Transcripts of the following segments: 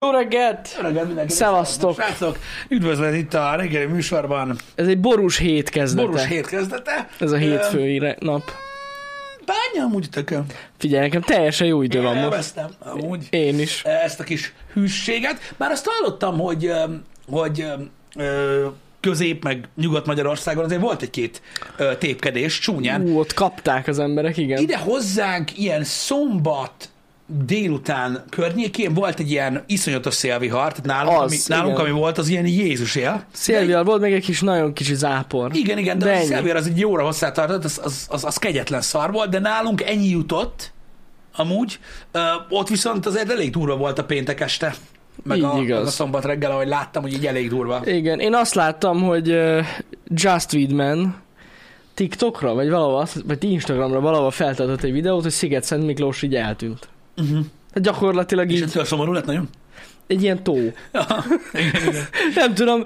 Jó reggelt! Jó reggelt mindenki! Szevasztok! Srácok, üdvözlet itt a reggeli műsorban. Ez egy borús hét kezdete. Borús hét kezdete. Ez a hétfői re- nap. Bánja amúgy tököm. Figyelj, nekem teljesen jó idő van most. Elvesztem amúgy e, Én is. ezt a kis hűséget. Bár azt hallottam, hogy, öm, hogy öm, ö, közép meg Nyugat-Magyarországon azért volt egy-két ö, tépkedés csúnyán. Ú, ott kapták az emberek, igen. Ide hozzánk ilyen szombat délután környékén volt egy ilyen iszonyatos szélvihar, tehát nálunk, Az, ami, nálunk igen. ami volt, az ilyen Jézus él. Szélvial volt még egy kis nagyon kicsi zápor. Igen, igen, de, De de a ennyi. szelvér az egy jóra hozzátartott, az, az, az, az kegyetlen szar volt, de nálunk ennyi jutott, amúgy. Ö, ott viszont azért elég durva volt a péntek este, meg, Így a, meg igaz. a szombat reggel, ahogy láttam, hogy így elég durva. Igen, én azt láttam, hogy uh, Just Weedman TikTokra, vagy valahova, azt- vagy Instagramra valahova feltöltött egy videót, hogy Sziget Szent Miklós így eltűnt. Uh-huh. Tehát gyakorlatilag És így ettől szomorú lett nagyon. egy ilyen tó. Nem tudom,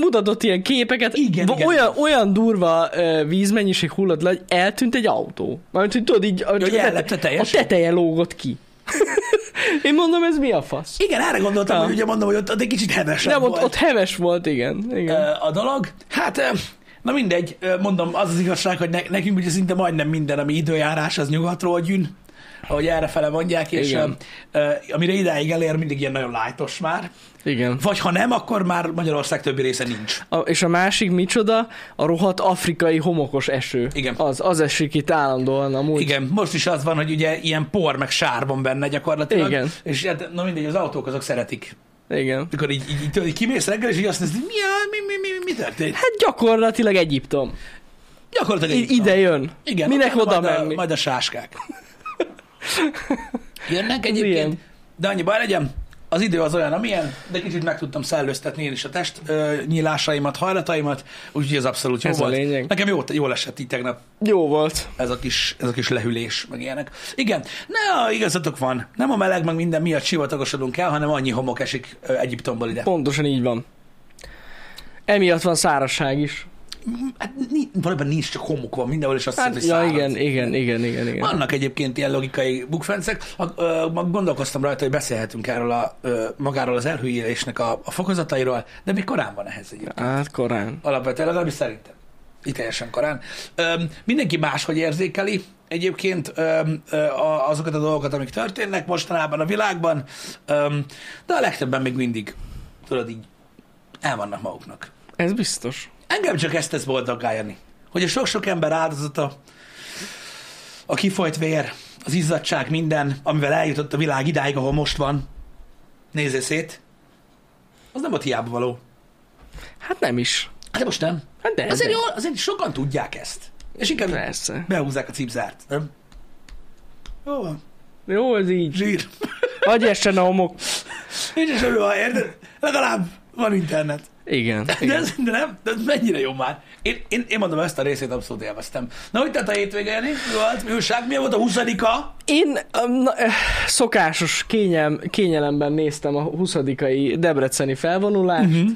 mutatott ilyen képeket. Igen, Va- igen. Olyan, olyan durva ö, vízmennyiség hullott le, hogy eltűnt egy autó. Mármint, hogy tudod, így a, hogy tete- ellepte a teljesen? teteje lógott ki. Én mondom, ez mi a fasz? Igen, erre gondoltam, Ja. hogy ugye mondom, hogy ott, ott egy kicsit hevesebb Nem, volt. ott, ott heves volt, igen. igen. ö, a dolog. Hát, ö, na mindegy, ö, mondom, az az igazság, hogy ne, nekünk ugye szinte majdnem minden, ami időjárás, az nyugatról gyűn, ahogy errefele mondják, és Igen. ö, ö, amire idáig elér, mindig ilyen nagyon lájtos már. igen. Vagy ha nem, akkor már Magyarország többi része nincs. A, és a másik micsoda, a rohadt afrikai homokos eső. Igen. Az, az esik itt állandóan amúgy. Igen, most is az van, hogy ugye ilyen por meg sár van benne gyakorlatilag. Igen. És hát, na mindegy, az autók azok szeretik. igen. Mikor így, így, így, tudod, így kimész reggel, és így azt nézd, mi, a- mi, mi, mi, mi történt? Hát gyakorlatilag Egyiptom. Gyakorlatilag I- így van. ide jön. Igen, Minek majd oda a- menni? Majd a sáskák. Jönnek ilyen. egyébként, de annyi baj legyen, az idő az olyan, amilyen, de kicsit meg tudtam szellőztetni én is a test ö, nyílásaimat, hajlataimat, úgyhogy ez abszolút jó Ez a volt. lényeg. Nekem jó, jól esett így tegnap Jó volt. ez a kis, ez a kis lehűlés, meg ilyenek. Igen, ne, igazatok van. Nem a meleg, meg minden miatt sivatagosodunk el, hanem annyi homok esik ö, Egyiptomból ide. Pontosan így van. Emiatt van szárazság is. Hát ni- valójában nincs, csak homok van mindenhol, és azt Hát, hiszem, ja, hogy szárad. igen, igen, igen, igen, igen. Vannak egyébként ilyen logikai bukfencek. A- ö, ma Gondolkoztam rajta, hogy beszélhetünk erről a, ö, magáról az elhülyélésnek a, a fokozatairól, de még korán van ehhez egyébként. Hát korán. Alapvetően, legalábbis szerintem. Itt teljesen korán. Öm, mindenki máshogy érzékeli egyébként öm, ö, a, azokat a dolgokat, amik történnek mostanában a világban, öm, de a legtöbben még mindig, tudod, így el vannak maguknak. Ez biztos. Engem csak ezt tesz boldoggá, Jani. Hogy a sok-sok ember áldozata, a kifolyt vér, az izzadság, minden, amivel eljutott a világ idáig, ahol most van, nézze szét, az nem a tiába való. Hát nem is. Hát de most nem. Hát de, Azért, de. jó, azért sokan tudják ezt. És inkább Persze. behúzzák a cipzárt, nem? Jó van. Jó, ez így. Zsír. Vagy essen a homok. Nincs is semmi baj, érted? Legalább van internet. Igen. De ez, de nem, de ez mennyire jó már. Én, én, én mondom, ezt a részét abszolút élveztem. Na, hogy tett a hétvége, Jani? Mi volt? Mi újság? Milyen volt a 20 -a? Én öm, na, öh, szokásos kényelm, kényelemben néztem a 20 debreceni felvonulást Mhm. uh-huh.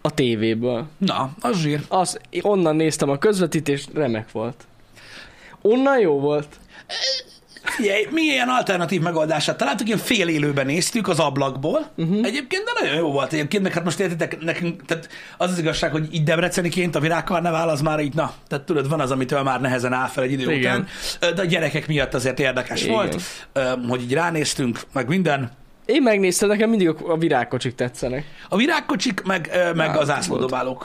a tévéből. Na, az zsír. Az, onnan néztem a közvetítést, remek volt. Onnan jó volt. Figyelj, mi ilyen alternatív megoldását találtuk, ilyen fél élőben néztük az ablakból. Uh-huh. Egyébként, de nagyon jó volt egyébként, meg hát most értitek, nekünk, tehát az az igazság, hogy így debreceniként a virágkarnevál az már így, na, tehát tudod, van az, amitől már nehezen áll fel egy idő Igen. után. Ö, De a gyerekek miatt azért érdekes Igen. Igen. volt, ö, hogy így ránéztünk, meg minden. Én megnéztem, nekem mindig a a virágkocsik tetszenek. A virágkocsik, meg, ö, meg Na, az ászlódobálók.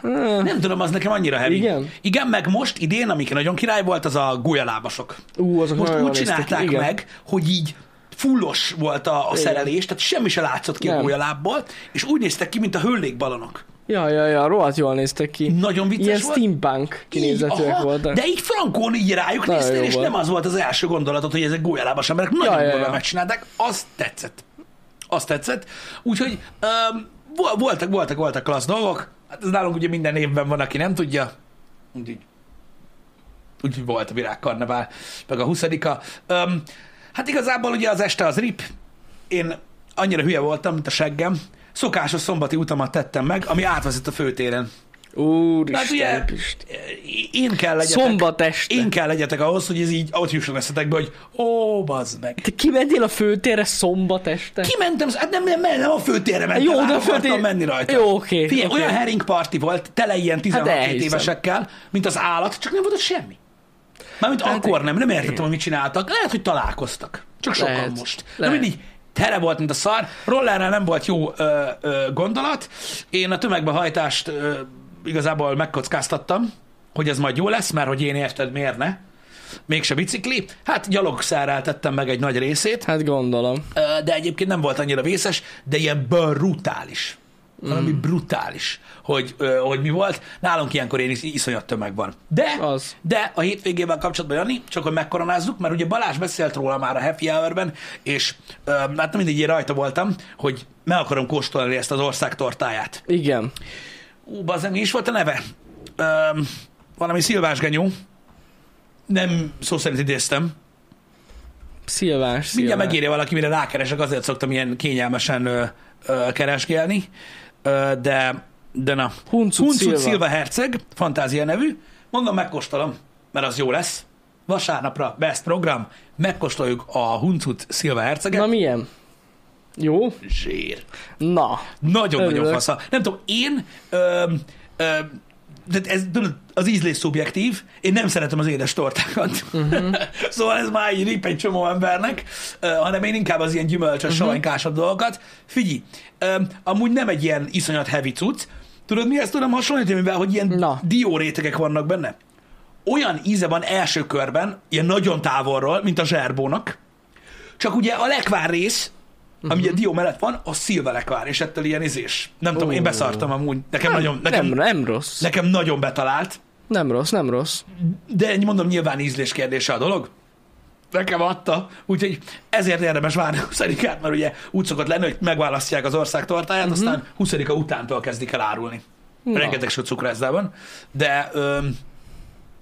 Hmm. Nem tudom, az nekem annyira heavy. Igen? Igen, meg most idén, amik nagyon király volt, az a gulyalábasok. Ú, azok Most nagyon úgy jól néztek ki. csinálták Igen. meg, hogy így fullos volt a, a Igen. szerelés, tehát semmi se látszott ki a Nem. gólyalábból, és úgy néztek ki, mint a hőlékbalonok. Ja, ja, ja, rohadt jól néztek ki. Nagyon vicces Ilyen volt. steampunk Így, kinézetűek aha, voltak. De így frankon így rájuk Nagyon néztél, jó és volt. nem az volt az első gondolatod, hogy ezek gólyalábas emberek nagyon ja, jól ja. megcsinálták, azt tetszett. Azt tetszett. Úgyhogy um, voltak, voltak, voltak klassz dolgok. Hát ez nálunk ugye minden évben van, aki nem tudja. Úgyhogy, úgyhogy volt a virágkarnevál, meg a 20 um, Hát igazából ugye az este az rip. Én annyira hülye voltam, mint a seggem. Szokásos szombati utamat tettem meg, ami átveszett a főtéren. Hát Úristen, ugye, eh, hát Pist. én kell legyetek, Szombat este. én kell legyetek ahhoz, hogy ez így ott jusson eszetekbe, hogy ó, bazd meg. Te kimentél a főtérre szombat este? Kimentem, hát nem, nem, nem a főtérre mentem, Jó, de át a akartam főtér- menni rajta. Jó, oké, Figyelj, oké. olyan herring party volt, tele ilyen 16 Hát hát elhiszem. évesekkel, mint az állat, csak nem volt ott semmi. Mármint Hát akkor nem, nem értettem, igen. hogy mit csináltak. Lehet, hogy találkoztak. Csak sokan Lehet. most. De Lehet. mindig tere volt, mint a szar. Rollerrel nem volt jó ö, ö, gondolat. Én a tömegbehajtást ö, igazából megkockáztattam, hogy ez majd jó lesz, mert hogy én érted, miért ne? Mégse bicikli. Hát gyalogszerrel tettem meg egy nagy részét. Hát gondolom. Ö, de egyébként nem volt annyira vészes, de ilyen brutális. Valami brutális, hogy, ö, hogy mi volt. Nálunk ilyenkor én is iszonyat tömeg van. De, Az. de a hétvégével kapcsolatban, Jani, csak hogy megkoronázzuk, mert ugye Balázs beszélt róla már a Happy Hour-ben, és ö, hát mindig én rajta voltam, hogy meg akarom kóstolni ezt az ország tortáját. Igen. Ú, bazen, mi is volt a neve? Ö, valami Szilvás Genyó. Nem szó szerint idéztem. Szilvás, Mindjárt Szilvás. megírja valaki, mire rákeresek, azért szoktam ilyen kényelmesen ö, ö, keresgélni, ö, de, de na. Huncut Huncut Szilva. Szilva Herceg, fantázia nevű, mondom, megkóstolom, mert az jó lesz. Vasárnapra, best program, megkóstoljuk a Huncut Szilva Herceget. Na milyen? Jó? Zsír. Na. Nagyon-nagyon Örülök. fasza. Nem tudom, én... Ö, ö, de ez, tudod, az ízlés szubjektív, én nem szeretem az édes tortákat. Mhm. Uh-huh. szóval ez már így rip egy csomó embernek, ö, hanem én inkább az ilyen gyümölcsös, Mhm. uh-huh. savanykásabb dolgokat. Figyelj, ö, amúgy nem egy ilyen iszonyat heavy cucc. Tudod, mi ezt tudom hasonlítani, mivel hogy ilyen Na. diórétegek vannak benne? Olyan íze van első körben, ilyen nagyon távolról, mint a zserbónak, csak ugye a lekvár rész, ami uh-huh. a Mhm. dió mellett van, a szilva lekvár, és ettől ilyen izés. Nem tudom, én Ó. beszartam amúgy. Nekem nagyon, nekem, Nem, nem rossz. nekem nagyon betalált, Nem rossz, nem rossz. de mondom, nyilván ízlés kérdése a dolog. Nekem adta, úgyhogy ezért érdemes várni a 20 mert ugye úgy szokott lenni, hogy megválasztják az ország tortáját, uh-huh. aztán 20 utántól kezdik el árulni. Mhm. Na. Rengeteg sok cukrászda van, de öm,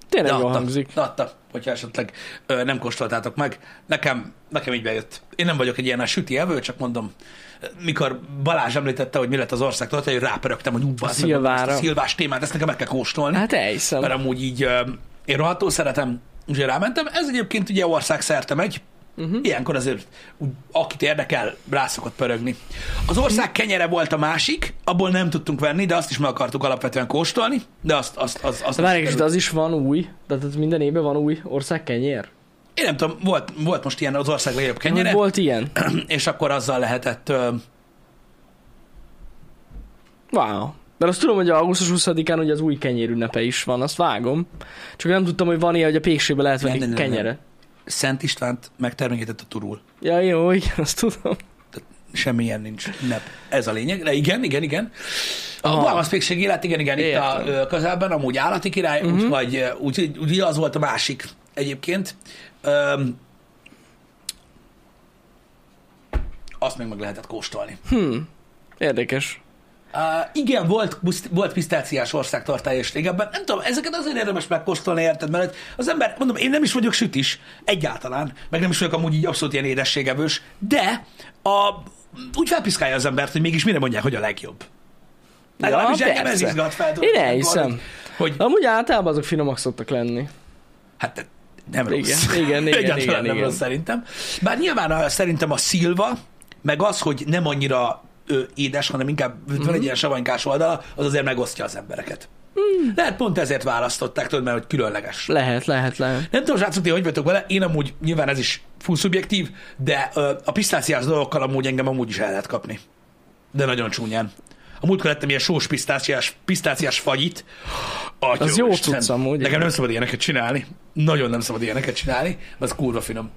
Tényleg de jól adta, hangzik. de adta, hogyha esetleg ö, nem kóstoltátok meg. Nekem, nekem így bejött. Én nem vagyok egy ilyen a süti evő, csak mondom, mikor Balázs említette, hogy mi lett az ország tartja, hogy rápörögtem, hogy ú, bazd meg, szilvára. ezt a szilvás témát, ezt nekem meg kell kóstolni. Hát elhiszem. mert amúgy így ö, én rohadtul szeretem, úgyhogy rámentem. Ez egyébként ugye országszerte megy, Mhm. Uh-huh. Ilyenkor azért, úgy, akit érdekel, rá szokott pörögni. Az ország kenyere volt a másik, abból nem tudtunk venni, de azt is meg akartuk alapvetően kóstolni, de azt, azt, azt, azt De várj egy kicsit, az is van új. De tehát minden évben van új országkenyér. Én nem tudom, volt, volt most ilyen az ország legjobb Kenyere? kenyere, volt. Volt ilyen? és akkor azzal lehetett... Ö, Wow. Mert azt tudom, hogy augusztus 20-án ugye az új kenyér ünnepe is van, azt vágom. Csak nem tudtam, hogy van ilyen, hogy a pékségbe lehet venni Nem, nem, nem, nem. kenyere. Szent Istvánt megterméketett a turul. Ja, jó, igen, azt tudom. Semmilyen nincs. Nem. Ez a lényeg. De igen, igen, igen. A Aha. Balmaszpékség élet, igen, igen, itt a Ah. Értem. ö, közelben, amúgy állati király, uh-huh. úgyhogy ö, úgy, úgy, az volt a másik egyébként. Öm, azt még meg lehetett kóstolni. Érdekes. Uh, igen, volt, buszt- volt pisztáciás országtartály és régebben. Nem tudom, ezeket azért érdemes megkóstolni, érted? Mert az ember, mondom, én nem is vagyok sütis, egyáltalán, meg nem is vagyok amúgy így abszolút ilyen édességevős, de a, úgy felpiszkálja az embert, hogy mégis mire mondják, hogy a legjobb. Legalábbis ja, engem ez persze. izgat fel. tudod, Én amikor, elhiszem. Hogy, hogy Amúgy általában azok finomak szoktak lenni. hát nem rossz. Igen, igen, igen, Egyáltalán igen, nem igen. rossz szerintem. Bár nyilván a, szerintem a szilva, meg az, hogy nem annyira ö, édes, hanem inkább mm-hmm. Mhm. van egy ilyen savanykás oldala, az azért megosztja az embereket. Hmm. Mm. Lehet pont ezért választották, tudod, mert hogy különleges. Lehet, lehet, lehet. Nem tudom, srácok, ti hogy vagytok vele, én amúgy, nyilván ez is full szubjektív, de ö, a pisztáciás dolgokkal amúgy engem amúgy is el lehet kapni. De nagyon csúnyán. A múltkor lettem ilyen sós pisztáciás, pisztáciás fagyit. Atya Az jó Isten. cucc amúgy. Nekem nem szabad ilyeneket csinálni. Nagyon nem szabad ilyeneket csinálni, mert az kurva finom.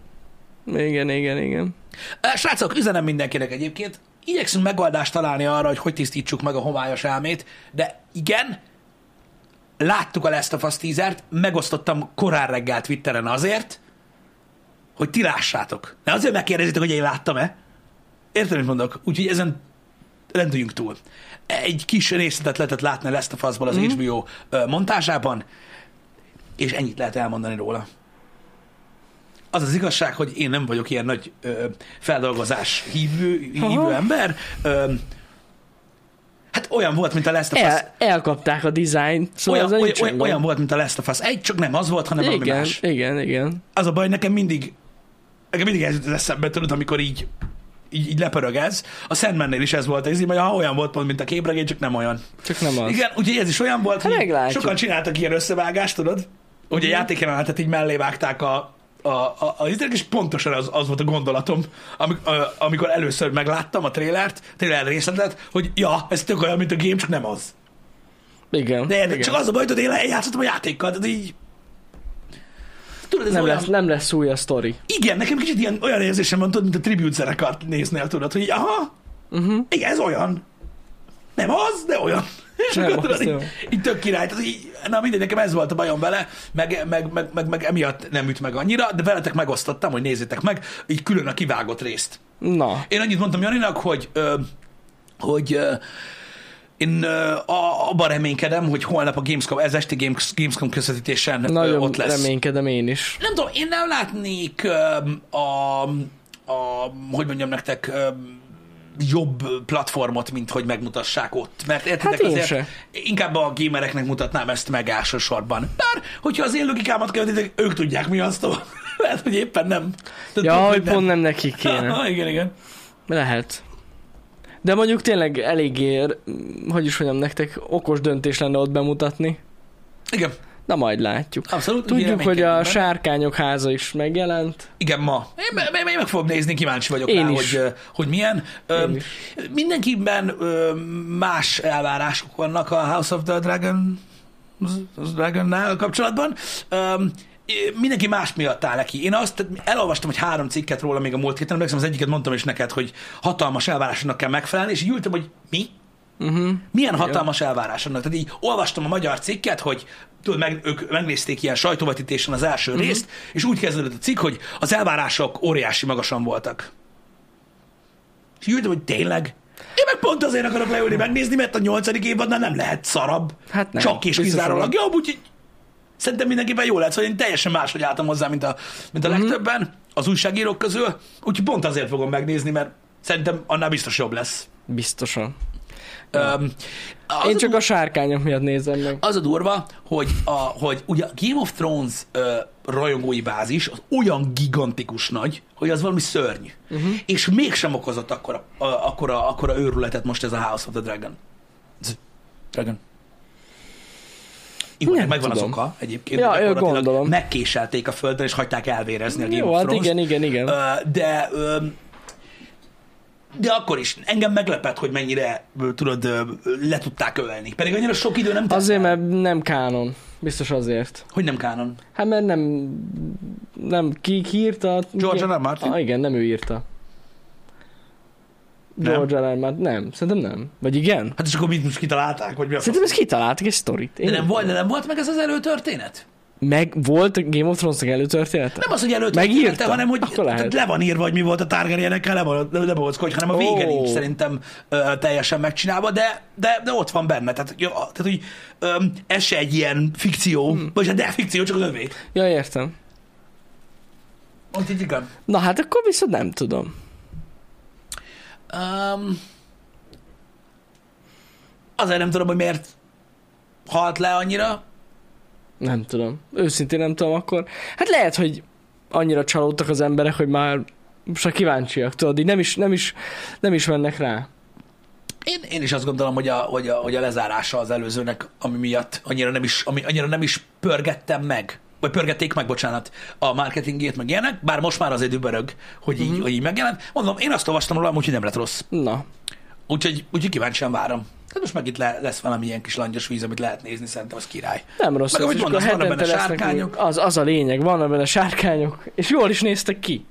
Igen, igen, igen. Ö, Srácok, üzenem mindenkinek egyébként, igyekszünk megoldást találni arra, hogy hogy tisztítsuk meg a homályos elmét, de igen, láttuk a Last of Us teasert, megosztottam korán reggel Twitteren azért, hogy ti lássátok. Ne azért megkérdezitek, hogy én láttam-e. Értem, mit mondok? Úgyhogy ezen rendüljünk túl. Egy kis részletet lehetett látni a Last of Us-ból az mm. HBO ö, montázsában, és ennyit lehet elmondani róla. Az az igazság, hogy én nem vagyok ilyen nagy ö, feldolgozás hívő, hívő Aha. ember. Ö, hát Hát olyan volt, mint a Last of Us. El, elkapták a dizájn, szóval Olyan, ez olyan, nincs olyan, olyan volt, mint a Last of Us. Egy, csak nem az volt, hanem valami igen, más. igen, igen. Az a baj, nekem mindig, nekem mindig ez jut az eszembe, tudod, amikor így, így, így lepörög ez. A Sandmannél is ez volt, ez így, majd, ha olyan volt, pont, mint a képregény, csak nem olyan. Csak nem az. Igen, úgyhogy ez is olyan volt, Hát hogy meglátjuk. Mhm. sokan csináltak ilyen összevágást, tudod? Ugye a játékjelenetet így mellé vágták a, a, a, a izének, és pontosan az, az volt a gondolatom, amik, a, amikor először megláttam a trélert, trailer részletet, hogy ja, ez tök olyan, mint a game, csak nem az. Igen. De igen. érted, csak az a baj, hogy én eljátszottam a játékkal, tehát így... Tudod, ez nem, olyan... lesz, nem lesz új a sztori. Igen, nekem kicsit ilyen, olyan érzésem van, tudod, mint a tribute zenekart néznél, tudod, hogy így, aha, Mhm. uh-huh. igen, ez olyan. Nem az, de olyan. És Nem akkor az, tudod, nem. így, így, tök király. Tehát így, na mindegy, nekem ez volt a bajom vele, meg, meg, meg, meg, meg emiatt nem üt meg annyira, de veletek megosztottam, hogy nézzétek meg, így külön a kivágott részt. Na, Én annyit mondtam Janinak, hogy, ö, hogy ö, én ö, a- abban reménykedem, hogy holnap a Gamescom, ez esti Games- Gamescom közvetítésen ö, nagyon ott lesz. reménykedem én is. Nem tudom, én nem látnék öm, a, a hogy mondjam nektek, öm, jobb platformot, mint hogy megmutassák ott. Mert értitek, Hát én azért se. inkább a gamereknek mutatnám ezt meg elsősorban. Bár, hogyha az én logikámat követitek, ők tudják mi azt, tovább. lehet, hogy éppen nem. Tehát Ja, tudod, hogy pont nem nekik kéne. Aha, igen, igen. Lehet. De mondjuk tényleg eléggé, mm, hogy is mondjam nektek, okos döntés lenne ott bemutatni. Igen, Na majd látjuk. abszolút. Tudjuk, hogy a reménykedünk benne. sárkányok háza is megjelent. Igen, ma. Én, me- me- én meg fogom nézni, kíváncsi vagyok Én rá, is. hogy, ö, hogy milyen. Öm, is. Mindenkiben ö, más elvárások vannak a House of the Dragon az Dragonnál kapcsolatban. Öm, é- mindenki más miatt áll neki. Én azt tehát elolvastam, hogy három cikket róla még a múlt héten, emlékszem, az egyiket mondtam is neked, hogy hatalmas elvárásnak kell megfelelni, és így ültem, hogy mi? Uh-huh. Milyen hatalmas elvárás annak? Tehát így olvastam a magyar cikket, hogy tudod, meg, ők megnézték ilyen sajtóvetítésen az első Mhm. uh-huh. részt, és úgy kezdődött a cikk, hogy az elvárások óriási magasan voltak. És jöttem, hogy tényleg? Én meg pont azért akarok leülni megnézni, mert a nyolcadik évadnál nem lehet szarabb. Hát nem, Csak és biztos kizárólag jobb, úgyhogy szerintem mindenképpen jó lesz, hogy én teljesen máshogy álltam hozzá, mint a, mint Mhm. a legtöbben az újságírók közül, úgyhogy pont azért fogom megnézni, mert szerintem annál biztos jobb lesz. Biztosan. Öm, az Én a csak a sárkányok miatt nézem meg. az a durva, hogy, a, hogy ugye a Game of Thrones ö, rajongói bázis az olyan gigantikus nagy, hogy az valami szörny. Mhm. Uh-huh. És mégsem okozott akkora, a, akkora, akkora őrületet most ez a House of the Dragon. Z- Dragon. Jó, Nem meg- megvan tudom. az oka egyébként. Ja, de ő gyakorlatilag gondolom. Megkéselték a földön, és hagyták elvérezni a Game Jó, of hát Thrones-t. igen, igen, igen. Ö, de ö, de akkor is engem meglepett, hogy mennyire ö, tudod, ö, le tudták ölni. Pedig annyira sok idő nem tett Azért, el. mert nem kánon. Biztos azért. Hogy nem kánon? Hát mert nem... Nem, ki, ki írta? George Ki- R. R. Martin? Ah, igen, nem ő írta. Nem? George R. R. Martin? Nem, szerintem nem. Vagy igen? Hát és akkor mit most kitalálták, vagy mi a Szerintem ezt kitaláltak egy sztorit. Én de nem, volt, de nem volt meg ez az előtörténet? Meg volt a Game of Thrones-nak előtörténete? Nem az, hogy előtörténete, Megírta? hanem hogy Akkor lehet. tehát le van írva, hogy mi volt a Targaryenekkel, le van, le, le van hogy hanem a vége Ó. nincs szerintem ö, teljesen megcsinálva, de, de, de ott van benne. Tehát, ja, tehát hogy ö, ez se egy ilyen fikció, hmm. vagy hát de fikció, csak az övé. Ja, értem. Ott így igen. Na hát akkor viszont nem tudom. Um, azért nem tudom, hogy miért halt le annyira. Nem tudom. Őszintén nem tudom akkor. Hát lehet, hogy annyira csalódtak az emberek, hogy már se kíváncsiak, tudod, így nem is, nem is, nem is mennek rá. Én, én is azt gondolom, hogy a, hogy, a, hogy a lezárása az előzőnek, ami miatt annyira nem is, ami, annyira nem is pörgettem meg, vagy pörgették meg, bocsánat, a marketingét, meg ilyenek, bár most már azért übörög, hogy Mhm. így, hogy így megjelent. Mondom, én azt olvastam róla, úgyhogy nem lett rossz. Na, Úgyhogy, úgyhogy kíváncsian várom. Hát most meg itt le, lesz valami ilyen kis langyos víz, amit lehet nézni, szerintem az király. nem rossz. Meg ez, ahogy és akkor mondasz, vannak hetente benne lesznek új- sárkányok. Az, az a lényeg, vannak benne sárkányok, és jól is néztek ki.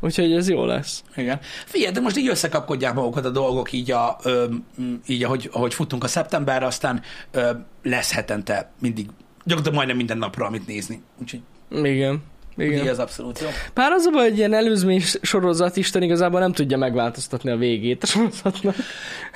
Úgyhogy ez jó lesz. Igen. Figyelj, de most így összekapkodják magukat a dolgok, így, a, ö, m, így ahogy, ahogy futunk a szeptemberre, aztán ö, lesz hetente mindig, gyakorlatilag majdnem minden napra, amit nézni. Úgyhogy Igen. Igen. Igen. az abszolút jó. Pár az a baj, hogy ilyen előzmény sorozat Isten igazából nem tudja megváltoztatni a végét a sorozatnak.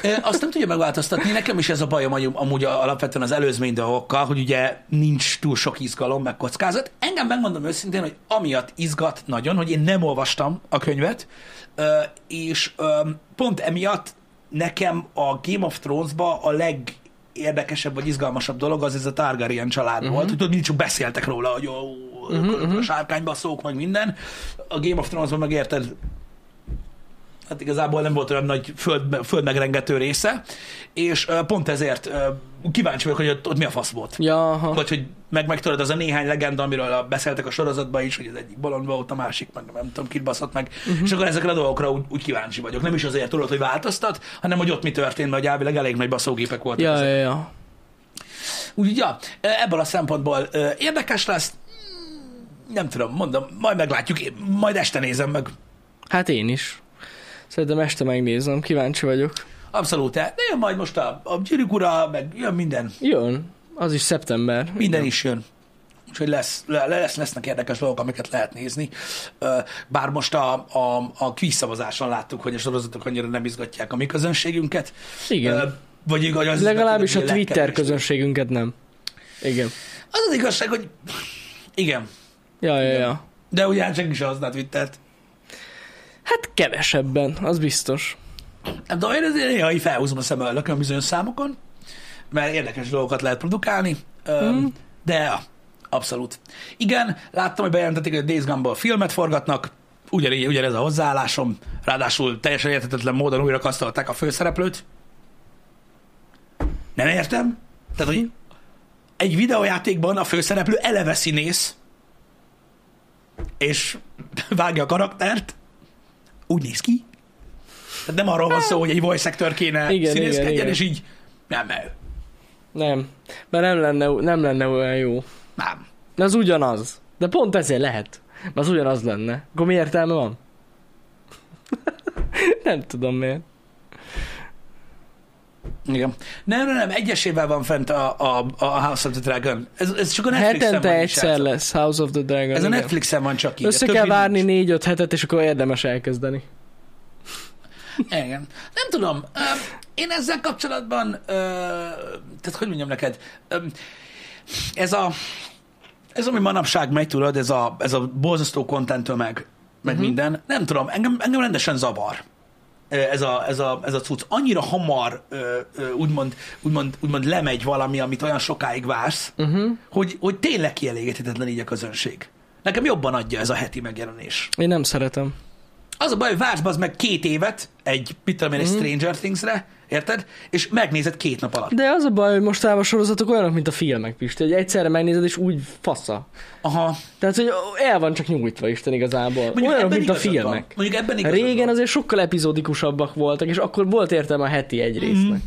Ö, Azt nem tudja megváltoztatni, nekem is ez a bajom amúgy- amúgy a- alapvetően az előzmény dolgokkal, hogy ugye nincs túl sok izgalom, meg kockázat. Engem megmondom őszintén, hogy amiatt izgat nagyon, hogy én nem olvastam a könyvet, ö, és ö, pont emiatt nekem a Game of Thrones-ba a legérdekesebb vagy izgalmasabb dolog az ez a Targaryen család uh-huh. volt. hogy Tudod, mindig csak beszéltek róla, hogy ó, uh-huh. a sárkányba szók, meg minden. A Game of Thrones-ban meg érted, hát igazából nem volt olyan nagy föld, földmegrengető része, és ö, pont ezért ö, kíváncsi vagyok, hogy ott, ott mi a fasz volt. Ja, aha. Vagy hogy meg, meg tudod, az a néhány legenda, amiről a- beszéltek a sorozatban is, hogy az egyik bolond volt, a másik meg nem tudom, kit baszott meg. Mhm. Uh-huh. És akkor ezekre a dolgokra úgy, úgy kíváncsi vagyok. Nem is azért tudod, hogy változtat, hanem hogy ott mi történt, mert hogy elvileg elég nagy baszógépek voltak. Ja, ezek. ja, ja. Úgyhogy ja, e, ebből a szempontból ö, érdekes lesz. Mm, Nem tudom, mondom, majd meglátjuk, én majd este nézem meg. Hát én is. Szerintem este megnézem, kíváncsi vagyok. Abszolút, de jön majd most a, a gyűrűk ura, meg jön minden, Jön, az is szeptember. minden is jön. Úgyhogy lesz, le- lesz, lesznek érdekes dolgok, amiket lehet nézni. Ö, Bár most a, a, a quiz szavazáson láttuk, hogy a sorozatok annyira nem izgatják a mi közönségünket. Igen. Ö, Vagy igaz, az Legalábbis a izgat, hogy Twitter lelkevés. közönségünket nem. Igen. Az az igazság, hogy igen. Ja, ja, ja. De ugye hát senki sem használ Twittert. Hát kevesebben, az biztos. Nem tudom, én azért néha így felhúzom a szemöldökön bizonyos számokon, mert érdekes dolgokat lehet produkálni, mm. de ja, abszolút. Igen, láttam, hogy bejelentették, hogy a Days Gone-ból filmet forgatnak, ugyanígy, ugyanez a hozzáállásom, ráadásul teljesen érthetetlen módon újra kasztolták a főszereplőt. Nem értem. Tehát, hogy egy videójátékban a főszereplő eleve színész, és vágja a karaktert, úgy néz ki, tehát nem arról van szó, hogy egy voice actor kéne Hát- igen, Igen, színészkedjen, igen, igen, igen. és így nem, nem, Nem. Mert nem lenne, nem lenne olyan jó. nem. De az ugyanaz. De pont ezért lehet. Mert az ugyanaz lenne. Akkor mi értelme van? nem tudom miért. Igen. Nem, nem, nem, egyesével van fent a, a, a House of the Dragon. Ez, ez csak a Netflixen Hetente van egyszer srác. lesz House of the Dragon. Ez a igen. Netflixen van csak így. a Össze többi kell nincs. várni 4-5 hetet, és akkor érdemes elkezdeni. Igen. Nem tudom. Öm, Én ezzel kapcsolatban, ö, tehát hogy mondjam neked, öm, ez a, ez ami manapság megy, tudod, ez a, ez a borzasztó kontent meg, meg uh-huh. minden, nem tudom, engem, engem rendesen zavar ö, ez a, ez a, ez a cucc. Annyira hamar ö, ö, úgymond, úgymond, úgymond lemegy valami, amit olyan sokáig vársz, uh-huh. hogy, hogy tényleg kielégíthetetlen így a közönség. Nekem jobban adja ez a heti megjelenés. Én nem szeretem. Az a baj, hogy vársz az meg két évet egy, mit tudom én, Mhm. egy Stranger Things-re, érted? És megnézed két nap alatt. De az a baj, hogy mostában a sorozatok olyanok, mint a filmek, Pisti, hogy egyszerre megnézed, és úgy fasza. Aha. Tehát, hogy el van csak nyújtva Isten igazából. Mondjuk olyanok, mint a igazad van. filmek. Mondjuk ebben igazad Régen van. azért sokkal epizódikusabbak voltak, és akkor volt értelme a heti Mhm. egy résznek.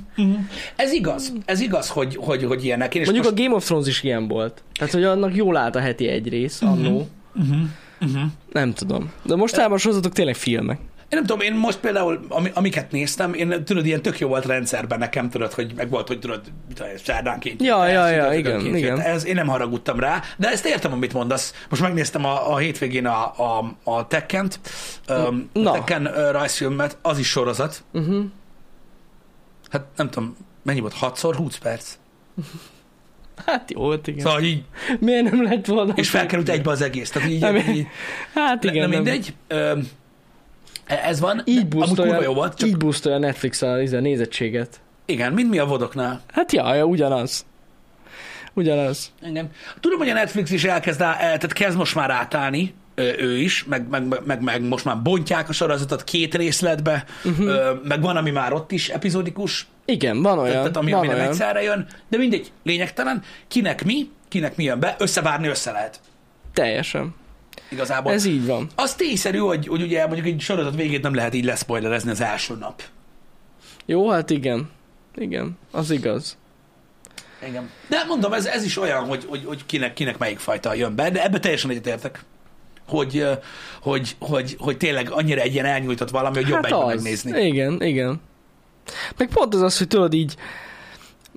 Ez igaz, ez igaz, hogy, hogy, hogy ilyenek. Én is Mondjuk most... a Game of Thrones is ilyen volt. Tehát, hogy annak jól állt a heti egy rész, Mhm. annó. Nem tudom. De mostában a sorozatok tényleg filmek. Én nem tudom, én most például, ami, amiket néztem, én tudod, ilyen tök jó volt rendszerben nekem, tudod, hogy meg volt, hogy tudod, sárdánként. Ja, ja, ja, tudod, igen, tudod, igen. Ez, én nem haragudtam rá, de ezt értem, amit mondasz. Most megnéztem a, a hétvégén a, a, a Tekkent, öm, a Na. Tekken ö, rajzfilmet, az is sorozat. Uh-huh. Mhm. Hát nem tudom, mennyi volt, 6x20 perc? Hát jó, volt, igen. Szóval... Szóval így, Miért nem lett volna? és felkerült egybe az egész. Tehát így, Nem, így Hát ne, igen, nem nem. mindegy. Öm, e, ez van. Így Amúgy kurva boostolja, jó volt, csak így boostolja a Netflix a izé, nézettséget. igen, mint mi a vodoknál. Hát ja, ja, ugyanaz. Ugyanaz. Engem. Tudom, hogy a Netflix is elkezd, á- eh, tehát kezd most már átállni, ö, ő is, meg, meg, meg, meg most már bontják a sorozatot két részletbe, Mhm. uh-huh. meg van, ami már ott is epizódikus, Igen, van olyan. tehát ami, van ami nem olyan. egyszerre jön, de mindegy, lényegtelen, kinek mi, kinek mi jön be, összevárni össze lehet Teljesen. igazából. Ez így van. Az tényszerű, hogy, hogy ugye mondjuk egy sorozat végét nem lehet így leszpoilerezni az első nap. Jó, hát igen. Igen, az igaz. Engem. De hát mondom, ez, ez is olyan, hogy, hogy, hogy kinek, kinek melyik fajta jön be, de ebbe teljesen egyetértek. Hogy, ö, hogy, hogy, hogy tényleg annyira egy ilyen elnyújtott valami, hogy jobb hát egyben az. megnézni. Igen, igen. Meg pont az az, hogy tudod így,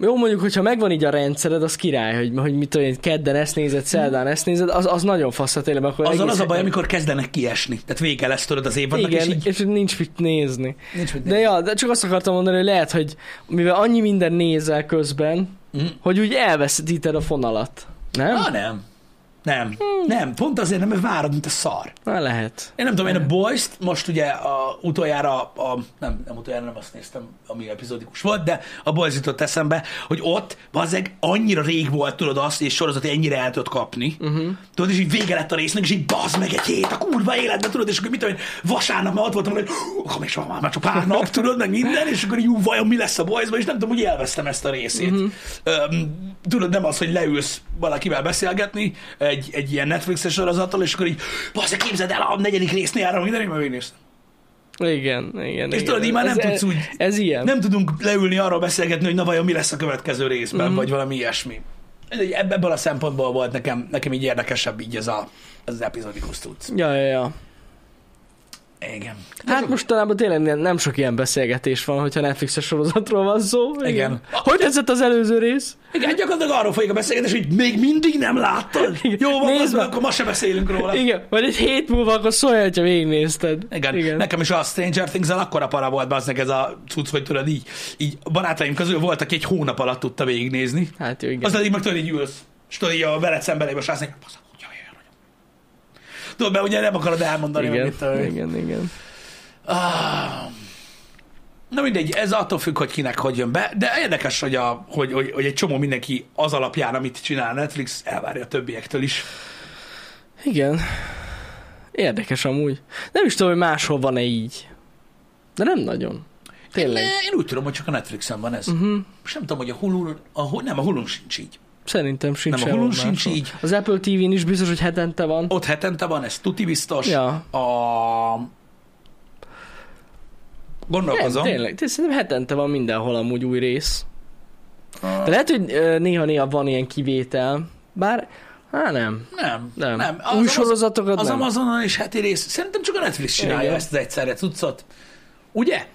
jó, mondjuk, hogyha megvan így a rendszered, az király, hogy, hogy mit tudom én, kedden ezt nézed, szerdán ezt nézed, az, az nagyon fasz, ha tényleg akkor Azzal egész az a baj, héten- amikor kezdenek kiesni. Tehát vége lesz tudod az évadnak, Igen, és így és nincs mit nézni. nincs mit De ja, de csak azt akartam mondani, hogy lehet, hogy mivel annyi minden nézel közben, Mm. hogy úgy elveszíted a fonalat. Nem? Ah, nem. Nem, nem, pont azért nem, mert várod, mint a szar. Na lehet. Én nem tudom, én a boys most ugye a, utoljára, a, nem, nem utoljára nem azt néztem, ami epizódikus volt, de a Boys jutott eszembe, hogy ott, bazeg, annyira rég volt, tudod azt, és sorozat ennyire el tudod kapni. Uh-huh. Tudod, és így vége lett a résznek, és így bazd meg egy hét a kurva életben, tudod, és akkor mit tudom én, vasárnap már ott voltam, hogy hú, akkor még soha már, már csak pár nap, tudod, meg minden, és akkor jó, vajon mi lesz a Boysban, és nem tudom, hogy elvesztem ezt a részét. Uh-huh. Öm, tudod, nem az, hogy leülsz valakivel beszélgetni egy, egy ilyen Netflixes sorozattal, és akkor így, bazd, képzeld el, a negyedik résznél járva minden, én már végignéztem. Igen, igen, igen. És tudod, így már nem ez, tudsz úgy, Ez ilyen. nem tudunk leülni arról beszélgetni, hogy na vajon mi lesz a következő részben, mm-hmm. vagy valami ilyesmi. Mindegy, ebb- Ebből a szempontból volt nekem, nekem így érdekesebb így ez, a, ez az epizódikus tudsz. Ja, ja, ja. Igen. Hát mostanában tényleg nem- nem sok ilyen beszélgetés van, hogyha Netflixes sorozatról van szó. Igen. Hogy tetszett az előző rész? Igen, gyakorlatilag arról folyik a beszélgetés, hogy még mindig nem láttad. Igen. Jó van, Nézd az, meg. akkor ma se beszélünk róla. Igen. Vagy egy hét múlva akkor szólj, hogyha végignézted. Igen. Igen. Nekem is a Stranger Things-el akkora para volt bazd meg ez a cucc, hogy tudod így, így barátaim közül volt, aki egy hónap alatt tudta végignézni. Hát jó, igen. Aztán így meg tudod, így ülsz, és tudod, így a veled szemben lévő srác, hogy basz, hogy jaj, jaj, jaj. Tudod, mert ugye nem akarod elmondani, hogy igen. mit tudom én. igen, igen. Ah. Na mindegy, ez attól függ, hogy kinek hogy jön be, de érdekes, hogy, a, hogy, hogy, hogy egy csomó mindenki az alapján, amit csinál a Netflix, elvárja a többiektől is. Igen. Érdekes amúgy. Nem is tudom, hogy máshol van-e így. De nem nagyon. Tényleg. Mhm. Én, én úgy tudom, hogy csak a Netflixen van ez. Uh-huh. És nem tudom, hogy a Hulu, a, Hu- nem, a Hulu sincs így. Szerintem sincs Nem, a sehol Hulu sincs máshol. így. Az Apple TV-n is biztos, hogy hetente van. Ott hetente van, ez tuti biztos. Ja. A... nem, Gondolkozom. tényleg. Tényleg, Szerintem hetente van mindenhol amúgy új rész. Ah. De lehet, hogy ö, néha-néha van ilyen kivétel. Bár, hát nem. Nem, Nem. nem. Új sorozatokat az nem. Amazonon is heti rész. Szerintem csak a Netflix csinálja Igen. ezt az egyszerre cuccot. Ugye?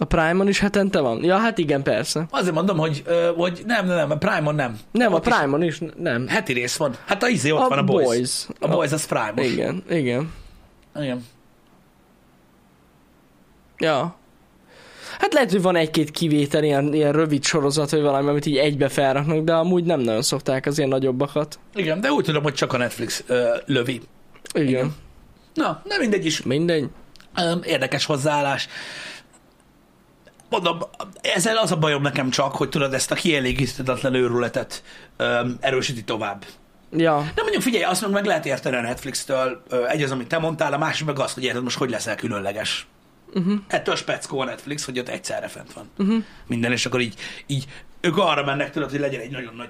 A Prime-on is hetente van? Ja, hát igen, persze. Azért mondom, hogy, ö, hogy nem, nem, nem, a Prime-on nem. Nem, a Ott is Prime-on is, nem. Heti rész van. Hát a izé ott A van, a Boys. Boys. A Boys az Prime-os. Igen, igen. Igen. Ja. Hát lehet, hogy van egy-két kivétel, ilyen, ilyen rövid sorozat, vagy valami, amit így egybe felraknak, de amúgy nem nagyon szokták az ilyen nagyobbakat. Igen, de úgy tudom, hogy csak a Netflix ö, lövi. Igen. Igen. igen. Na, nem mindegy is. Mindegy. Öm, Érdekes hozzáállás. Mondom, ezzel az a bajom nekem csak, hogy tudod, ezt a kielégíthetetlen őrületet öm, erősíti tovább. Ja. De mondjuk figyelj, azt meg, meg lehet érteni a Netflix-től, ö, egy az, amit te mondtál, a másik meg az, hogy érted most, hogy leszel különleges. Uh-huh. Ettől speckó a Netflix, hogy ott egyszerre fent van. Uh-huh. Minden, és akkor így, így ők arra mennek, tudod, hogy legyen egy nagyon nagy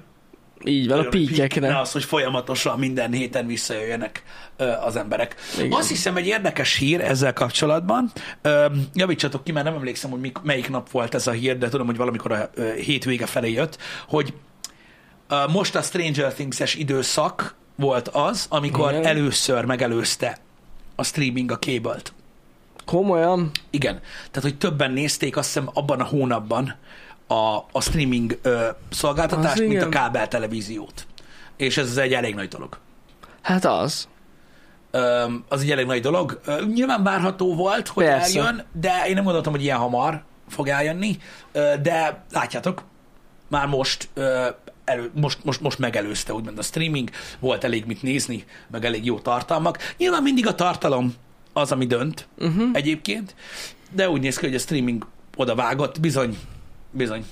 Így van, a nagyon nagy peak, ne píkekre. az, hogy folyamatosan minden héten visszajöjjenek ö, az emberek. Igen. Igen. Azt hiszem, egy érdekes hír ezzel kapcsolatban. Ö, javítsatok ki, mert nem emlékszem, hogy mik, melyik nap volt ez a hír, de tudom, hogy valamikor a ö, hétvége felé jött, hogy ö, most a Stranger Things-es időszak volt az, amikor Igen. Igen. először megelőzte a streaming a cable-t. Komolyan. Igen. Tehát, hogy többen nézték azt hiszem abban a hónapban a, a streaming ö, szolgáltatást, Az mint igen. a kábel televíziót. És ez egy elég nagy dolog. Hát az. Ö, az egy elég nagy dolog. Ö, nyilván várható volt, hogy Persze. eljön, de én nem gondoltam, hogy ilyen hamar fog eljönni, ö, de látjátok, már most, ö, elő, most, most, most megelőzte úgymond a streaming, volt elég mit nézni, meg elég jó tartalmak. Nyilván mindig a tartalom az, ami dönt Mhm. uh-huh. egyébként, de úgy néz ki, hogy a streaming oda vágott, bizony, bizony.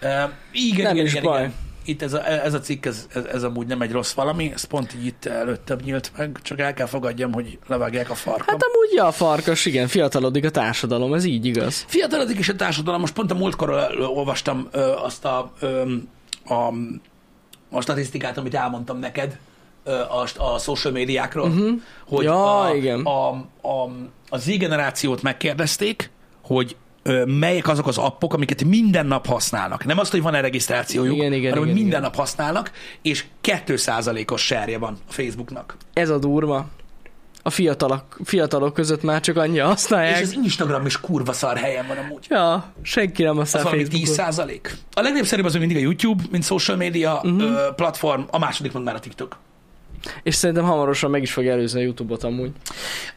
Ö, igen, Nem igen, is igen, baj. igen. Itt ez a, ez a cikk, ez, ez, ez amúgy nem egy rossz valami, ez pont így itt előttem nyílt meg, csak el kell fogadjam, hogy levágják a farkam. Hát amúgy ja, a farkas, igen, fiatalodik a társadalom, ez így igaz. Fiatalodik is a társadalom, most pont a múltkor ö, olvastam ö, azt a, ö, a, a statisztikát, amit elmondtam neked ö, a, a social médiákról, uh-huh. hogy Mhm. Ja, a, igen. A, a, a Z generációt megkérdezték, hogy ö, melyek azok az appok, amiket minden nap használnak. Nem azt, hogy van-e regisztrációjuk, Igen, igen, hanem hogy igen, minden nap használnak, és 2%-os serje van a Facebooknak. Ez a durva. A fiatalok, fiatalok között már csak annyi használják. És az Instagram is kurva szar helyen van amúgy. Ja, senki nem használ az valami Facebookot. 10 százalék. A legnépszerűbb az, hogy mindig a YouTube, mint social media uh-huh. ö, platform, a második meg már a TikTok. És szerintem hamarosan meg is fog előzni a Youtube-ot amúgy.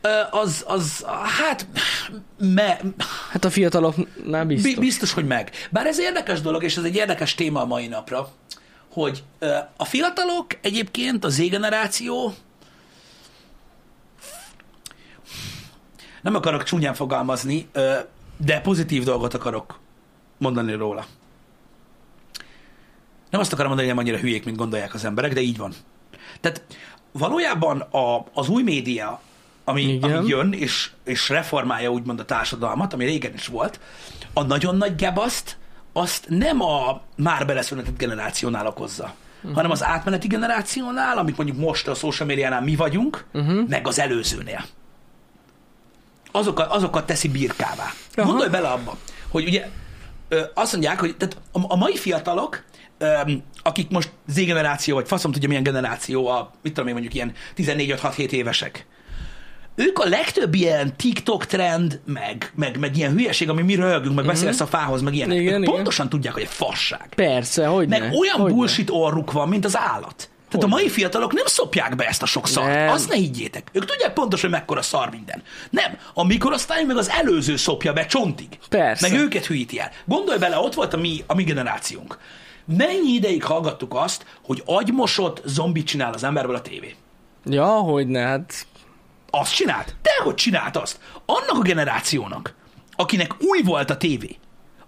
Ö, az, az, hát, me, Hát a fiataloknál biztos. bi- biztos, hogy meg. Bár ez érdekes dolog, és ez egy érdekes téma a mai napra, hogy ö, a fiatalok egyébként, a Z generáció, nem akarok csúnyán fogalmazni, ö, de pozitív dolgot akarok mondani róla. Nem azt akarom mondani, hogy nem annyira hülyék, mint gondolják az emberek, de így van. Tehát valójában a, az új média, ami, Igen. ami jön és, és reformálja úgymond a társadalmat, ami régen is volt, a nagyon nagy gebaszt, azt nem a már beleszületett generációnál okozza, uh-huh. hanem az átmeneti generációnál, amit mondjuk most a social médiánál mi vagyunk, uh-huh. meg az előzőnél azokat, azokat teszi birkává. Aha. Aha. Gondolj bele abba, hogy ugye ö, azt mondják, hogy tehát a, a mai fiatalok, ö, akik most Z generáció, vagy faszom tudja milyen generáció, a, mit tudom én mondjuk ilyen 14-6-7 évesek, ők a legtöbb ilyen TikTok trend, meg, meg, meg ilyen hülyeség, ami mi röhögünk, meg beszélsz a fához, meg ilyenek. Mhm. Igen, ők igen. pontosan tudják, hogy egy fasság. Persze, hogy Meg ne. olyan hogy ne. bullshit orruk van, mint az állat. Tehát a mai fiatalok nem szopják be ezt a sok szart. Nem. Azt ne higgyétek. Ők tudják pontosan, hogy mekkora szar minden. Nem. A mikorosztály meg az előző szopja be csontig. Persze. Meg őket hűíti el. Gondolj bele, ott volt a mi, a mi generációnk. Mennyi ideig hallgattuk azt, hogy agymosott zombit csinál az emberből a tévé? Ja, hogy ne, hát Azt csinált? Dehogy csinált azt? Annak a generációnak, akinek új volt a tévé,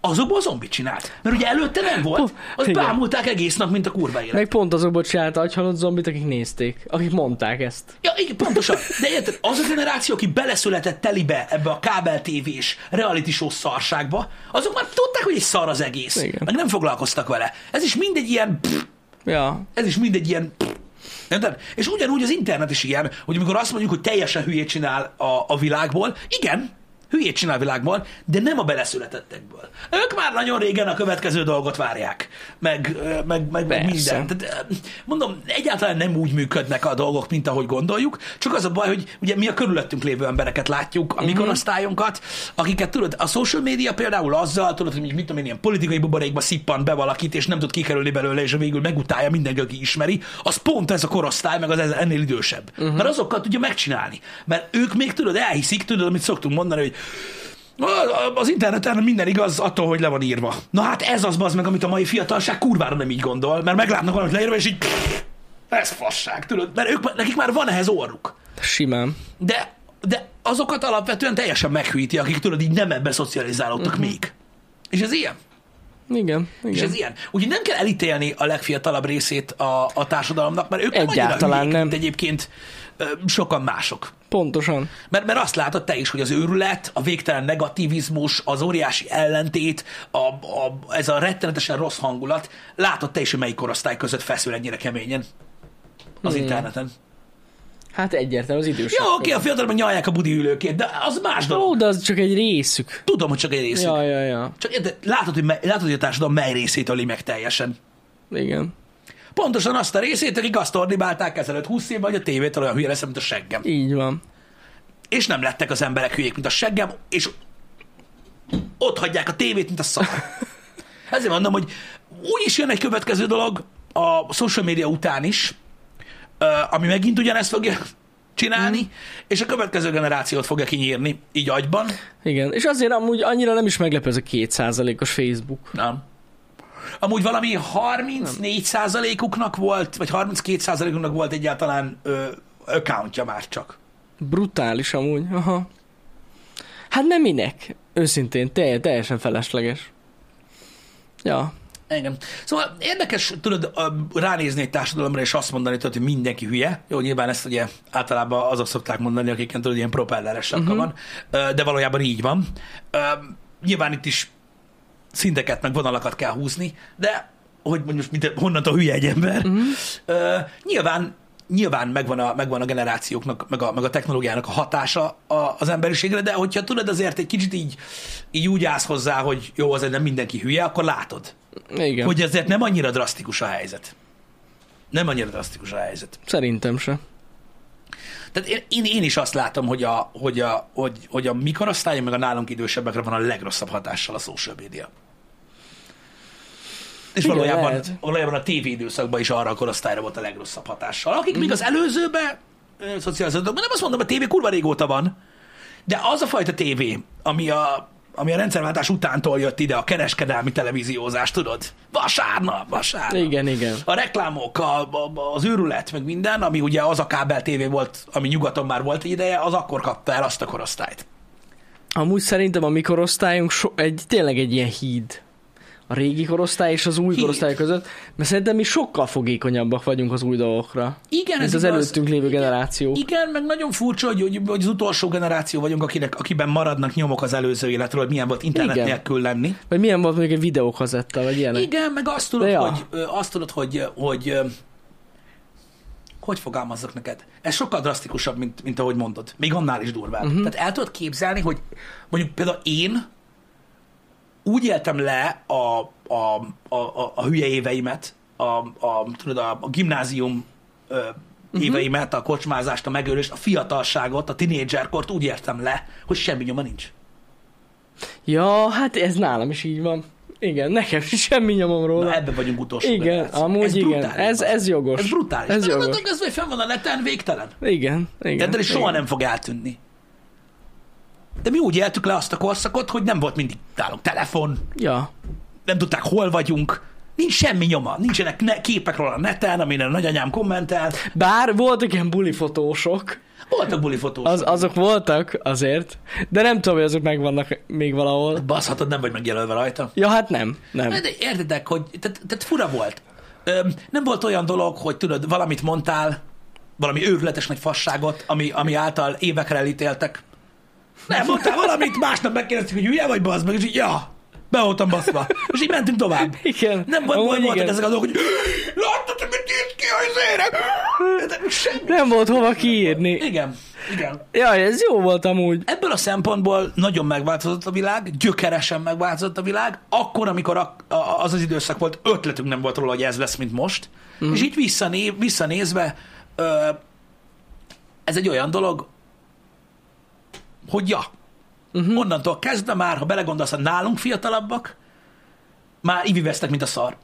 azokból zombit csinált. Mert ugye előtte nem volt, azt Igen. bámulták egész nap, mint a kurva élet. meg pont azokból csinálta agyhalott zombit, akik nézték, akik mondták ezt. Ja, igen, pontosan. De érted, az a generáció, aki beleszületett telibe ebbe a kábel tévés reality show szarságba, azok már tudták, hogy egy szar az egész. Igen. Meg nem foglalkoztak vele. Ez is mindegy ilyen... Pff, Ja, ez is mindegy ilyen... Pff, érted? És ugyanúgy az internet is ilyen, hogy amikor azt mondjuk, hogy teljesen hülyét csinál a, a világból, igen, hülyét csinál a világból, de nem a beleszületettekből. Ők már nagyon régen a következő dolgot várják, meg, ö, meg, meg, meg Persze. minden. Tehát, ö, mondom, egyáltalán nem úgy működnek a dolgok, mint ahogy gondoljuk, csak az a baj, hogy ugye mi a körülöttünk lévő embereket látjuk, a mikorosztályunkat, akiket tudod, a social média például azzal, tudod, hogy mit tudom én, ilyen politikai buborékba szippant be valakit, és nem tud kikerülni belőle, és végül megutálja mindenki, aki ismeri, az pont ez a korosztály, meg az ez- ennél idősebb. Uh-huh. Mert azokkal tudja megcsinálni. Mert ők még tudod, elhiszik, tudod, amit szoktunk mondani, hogy a- Az interneten minden igaz attól, hogy le van írva. Na hát ez az az meg, amit a mai fiatalság kurvára nem így gondol, mert meglátnak valamit leírva, és így pff, ez fasság, tudod? Mert ők, nekik már van ehhez orruk. simán. De, de azokat alapvetően teljesen meghűíti, akik tudod, így nem ebbe szocializálódtak uh-huh. még. És ez ilyen. Igen, Mhm. igen. És ez ilyen. Úgyhogy nem kell elítélni a legfiatalabb részét a, a társadalomnak, mert ők nem annyira Egyáltalán hülyék, nem. mint egyébként ö, sokan mások. Pontosan. Mert, mert azt látod te is, hogy az őrület, a végtelen negativizmus, az óriási ellentét, a, a, ez a rettenetesen rossz hangulat, látod te is, hogy melyik korosztály között feszül ennyire keményen az hmm. interneten. Hát egyértelmű az idős. Jó, oké, a fiatalok meg nyalják a budi ülőkét, de az más dolog. Ó, de az csak egy részük. Tudom, hogy csak egy részük. Ja, ja, ja. Csak érted, látod, hogy, me- látod, hogy a társadalom mely részét öli meg teljesen. Igen. Pontosan azt a részét, akik azt ordibálták ezelőtt 20 évvel, hogy a tévétől olyan hülye lesz, mint a seggem. Így van. és nem lettek az emberek hülyék, mint a seggem, és ott hagyják a tévét, mint a szar. Ezért mondom, hogy úgy is jön egy következő dolog a social média után is, ö, ami megint ugyanezt fogja csinálni, mm. és a következő generációt fogja kinyírni, így agyban. Igen. És azért amúgy annyira nem is meglepő ez a kétszázalékos Facebook. Nem. Amúgy valami 34 százalékuknak volt, vagy 32 százalékuknak volt egyáltalán ö, accountja már csak. Brutális amúgy. Aha. Hát nem minek? Őszintén, tel- teljesen felesleges. Ja. Engem. Szóval érdekes, tudod, a- ránézni egy társadalomra, és azt mondani, tudod, hogy mindenki hülye. Jó, nyilván ezt ugye általában azok szokták mondani, akiken tudod, ilyen propelleres sapka uh-huh. van, Ö, de valójában így van. Ö, Nyilván itt is szinteket, meg vonalakat kell húzni, de hogy mondjuk mint, honnantól hülye egy ember. Uh-huh. Nyilván nyilván megvan a, megvan a generációknak, meg a, meg a technológiának a hatása a, az emberiségre, de hogyha tudod azért egy kicsit így, így úgy állsz hozzá, hogy jó, azért nem mindenki hülye, akkor látod Igen. Hogy... hogy ezért nem annyira drasztikus a helyzet. Nem annyira drasztikus a helyzet. Szerintem se. Tehát én, én, én is azt látom, hogy a, hogy a, hogy, hogy a mikorosztályon, meg a nálunk idősebbekre van a legrosszabb hatással a social media. És Igen, valójában, lehet. valójában a TV időszakban is arra a korosztályra volt a legrosszabb hatással. Akik Mhm. még az előzőbe ö, szocializáltak, nem azt mondom, a TV kurva régóta van, de az a fajta TV, ami a, ami a rendszerváltás utántól jött ide, a kereskedelmi televíziózás, tudod? Vasárnap, vasárnap. Igen, igen. A reklámok, a, a, az őrület, meg minden, ami ugye az a kábel tévé volt, ami nyugaton már volt egy ideje, az akkor kapta el azt a korosztályt. Amúgy szerintem a mi korosztályunk so, egy, tényleg egy ilyen híd. A régi korosztály és az új Híd. korosztály között, mert szerintem mi sokkal fogékonyabbak vagyunk az új dolgokra. Igen, mint az igaz. előttünk lévő generáció. Igen, meg nagyon furcsa, hogy, hogy, hogy az utolsó generáció vagyunk, akinek, akiben maradnak nyomok az előző életről, hogy milyen volt internet Igen. Igen. nélkül lenni. Vagy milyen volt mondjuk egy videókazetta, vagy ilyenek. Igen, meg azt tudod, De ja. hogy, ö, azt tudod, hogy, ö, hogy ö, hogy fogalmazzak neked? Ez sokkal drasztikusabb, mint, mint ahogy mondod. Még annál is durvább. Mhm. Uh-huh. Tehát el tudod képzelni, hogy mondjuk például én úgy éltem le a, a, a, a, a hülye éveimet, a, a, tudod, a, a gimnázium ö, Mhm. éveimet, a kocsmázást, a megőrülést, a fiatalságot, a tinédzserkort úgy értem le, hogy semmi nyoma nincs. Ja, hát ez nálam is így van. Igen, nekem is semmi nyomom róla. Na, ebben vagyunk utolsó. igen, generáció. amúgy ez igen. brutális, Ez, basszus. ez jogos. Ez brutális. Ez Ez jogos. jogos. Ez, hogy fenn van a neten, végtelen. Igen, igen. Tehát ez soha igen. nem fog eltűnni. De mi úgy éltük le azt a korszakot, hogy nem volt mindig nálunk telefon, Ja. nem tudták, hol vagyunk, nincs semmi nyoma, nincsenek ne- képek róla a neten, amire a nagyanyám kommentel. Bár voltak ilyen bulifotósok, Voltak bulifotós. az, Az... azok voltak azért, de nem tudom, hogy azok megvannak még valahol. Baszhatod, nem vagy megjelölve rajta. Ja, hát nem, nem. De értedek, hogy tehát, tehát fura volt. Öm, nem volt olyan dolog, hogy tudod, valamit mondtál, valami őrületes nagy fasságot, ami, ami által évekre elítéltek. Nem, mondtál valamit, másnap megkérdeztük, hogy hülye vagy bazd meg, és így, ja, be voltam baszva. És így mentünk tovább. Igen. Nem volt, Amúgy volt voltak igen. ezek a dolgok, hogy láttad, hogy mit írt ki az ére? Semmi. Nem volt hova kiírni. Igen, igen. Jaj, ez jó volt amúgy. Ebből a szempontból nagyon megváltozott a világ, gyökeresen megváltozott a világ, akkor, amikor a, a, az az időszak volt, ötletünk nem volt róla, hogy ez lesz, mint most. Mm. És így visszané, visszanézve, ö, ez egy olyan dolog, hogy ja, Mm-hmm. uh-huh. onnantól kezdve már, ha belegondolsz, a nálunk fiatalabbak, már ivivesztek, mint a szar.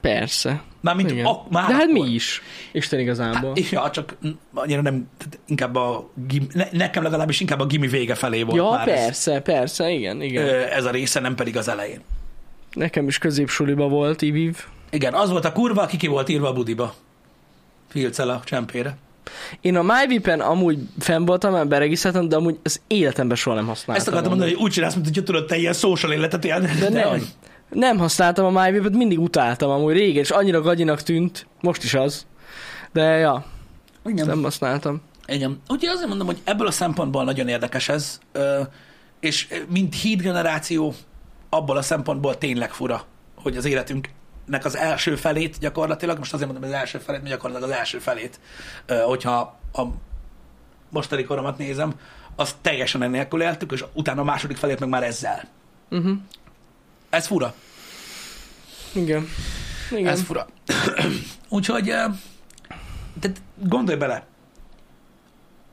Persze. Már mint Igen. ak- már De hát mi akkor. is. Isten igazából. Hát, ja, csak mm, annyira nem, tehát inkább a gim, ne, nekem legalábbis inkább a gimi vége felé volt Ja, már ez. persze, persze, igen, igen. Ö, ez a része, nem pedig az elején. Nekem is középsuliba volt Iviv. Igen, az volt a kurva, aki ki volt írva a budiba. Filccel a csempére. Én a MyVip-en amúgy fenn voltam, már beregisztráltam, de amúgy az életemben soha nem használtam. Ezt akartam mondani, hogy úgy csinálsz, mint hogy tudod, te ilyen social életet élni. De nem. Nem használtam a MyVip-et, mindig utáltam amúgy régen, és annyira gagyinak tűnt, most is az. De ja, Igen. nem használtam. Igen. Úgyhogy azért mondom, hogy ebből a szempontból nagyon érdekes ez, ö, és ö, mint híd generáció, abból a szempontból tényleg fura, hogy az életünknek az első felét gyakorlatilag, most azért mondom, hogy az első felét, mert gyakorlatilag az első felét, ö, hogyha a mostani koromat nézem, azt teljesen ennélkül éltük, és utána a második felét meg már ezzel. Uh-huh. Ez fura. Igen. Igen. Ez fura. Úgyhogy, ö, tehát gondolj bele,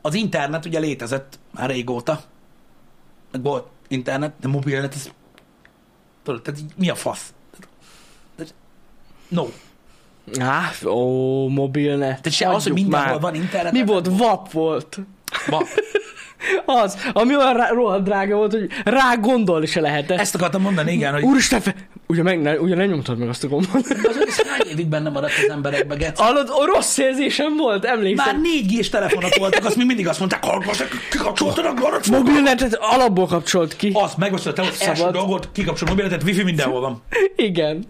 az internet ugye létezett már régóta, meg volt internet, de mobilnet, ez, tudod, tehát így mi a fasz? Tehát- tehát- No. Á, ó, mobilnet. Tehát se az, hogy Hagyjuk mindenhol már. van internet. Mi volt? Vap volt. Ma. Az, ami olyan rá, rohadt drága volt, hogy rá gondolni se lehetett. Ezt akartam mondani, igen, hogy Úristen, fe... ugye, meg, ne, ugye ne nyomtad meg azt a gombot. az, hogy ez hány évig benne maradt az emberekbe, Gec? Hallod, a rossz érzésem volt, emlékszem. Már Már 4G-s telefonok voltak, azt mi mindig azt mondták, hogy most kikapcsoltad a garat, mobilnetet alapból kapcsolt ki. azt megveszed a te első Szabad. dolgot, kikapcsol a mobilnetet, wifi mindenhol van. Igen.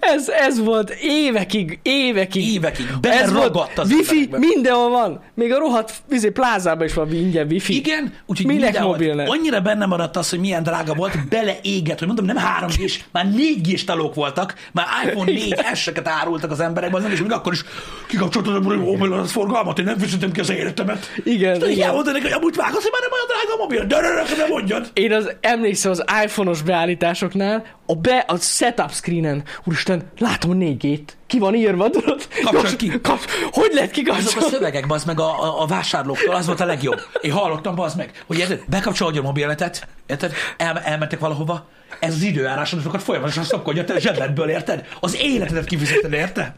Ez, ez volt évekig, évekig. Évekig ez volt, beleragadt az wifi emberekbe. mindenhol van. Még a rohadt izé, plázában is van ingyen wifi. Igen, úgyhogy Minek mindenhol- mobilnet? Annyira benne maradt az, hogy milyen drága volt, beleégett, hogy mondom, nem 3 g már 4 g talók voltak, már iPhone 4S-eket árultak az emberekben, nem, és még akkor is kikapcsoltam, hogy mobil az forgalmat, én nem fizetem ki az életemet. Igen, És igen. igen. mondta neki, hogy amúgy vágasz, hogy már nem olyan drága a mobil, de ne, ne, ne mondjad. Én az, emlékszem az iPhone-os beállításoknál, a be, a setup screenen, úristen, látom a 4 t ki van írva, tudod? Kapcsold Gyorsan- ki. Kap, hogy lehet Azok a kikapcsolni? szövegek, bazd meg a, a, a vásárlóktól, az volt a legjobb. Én hallottam, bazd meg, hogy érted, bekapcsolod a mobilnetet, érted, el, elmentek valahova, ez az időjárás, amikor folyamatosan szapkodja, te zsebedből, érted? Az életedet kifizeted, érte?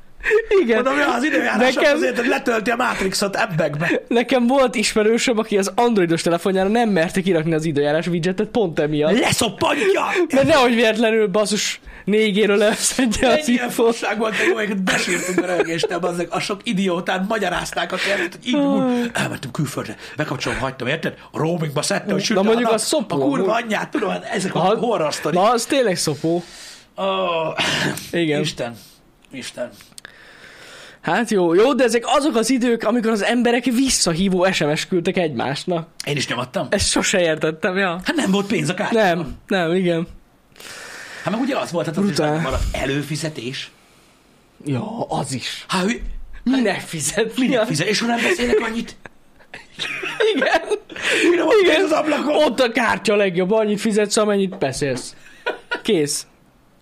Igen. Mondom, ja, az időjárás Nekem- Nekem... azért, hogy letölti a Matrixot ebbekbe. Nekem volt ismerősöm, aki az androidos telefonjára nem merte kirakni az időjárás widgetet pont emiatt. Leszoppantja! Mert nehogy véletlenül basszus 4G-ről elszedje az Egy ilyen infót. fosság volt, hogy jó, hogy besírtunk a rögéstől, bazzeg, a sok idiótán magyarázták a kérdést, hogy így úgy, elmentem külföldre, bekapcsolom, hagytam, érted? A roamingba szedtem, hogy süt Ah. Na a mondjuk nap, az szopó, A kurva amúgy. anyját, tudom, hát ezek a Ha- horror sztori. Na, az tényleg szopó. Ó, Igen. Isten, Isten. Hát jó, jó, de ezek azok az idők, amikor az emberek visszahívó SMS küldtek egymásnak. Én is nyomattam. Ezt sose értettem, ja. Hát nem volt pénz a kártyán. Nem, nem, igen. Hát meg ugye az volt, hát az Brutál. Brutál. is maradt előfizetés. Ja, az is. Hát ő Minek fizet? minek fizet, és ha nem beszélek annyit, Igen. mire van Igen. pénz az ablakon? Ott a kártya a legjobb, annyit fizetsz, amennyit beszélsz. Kész.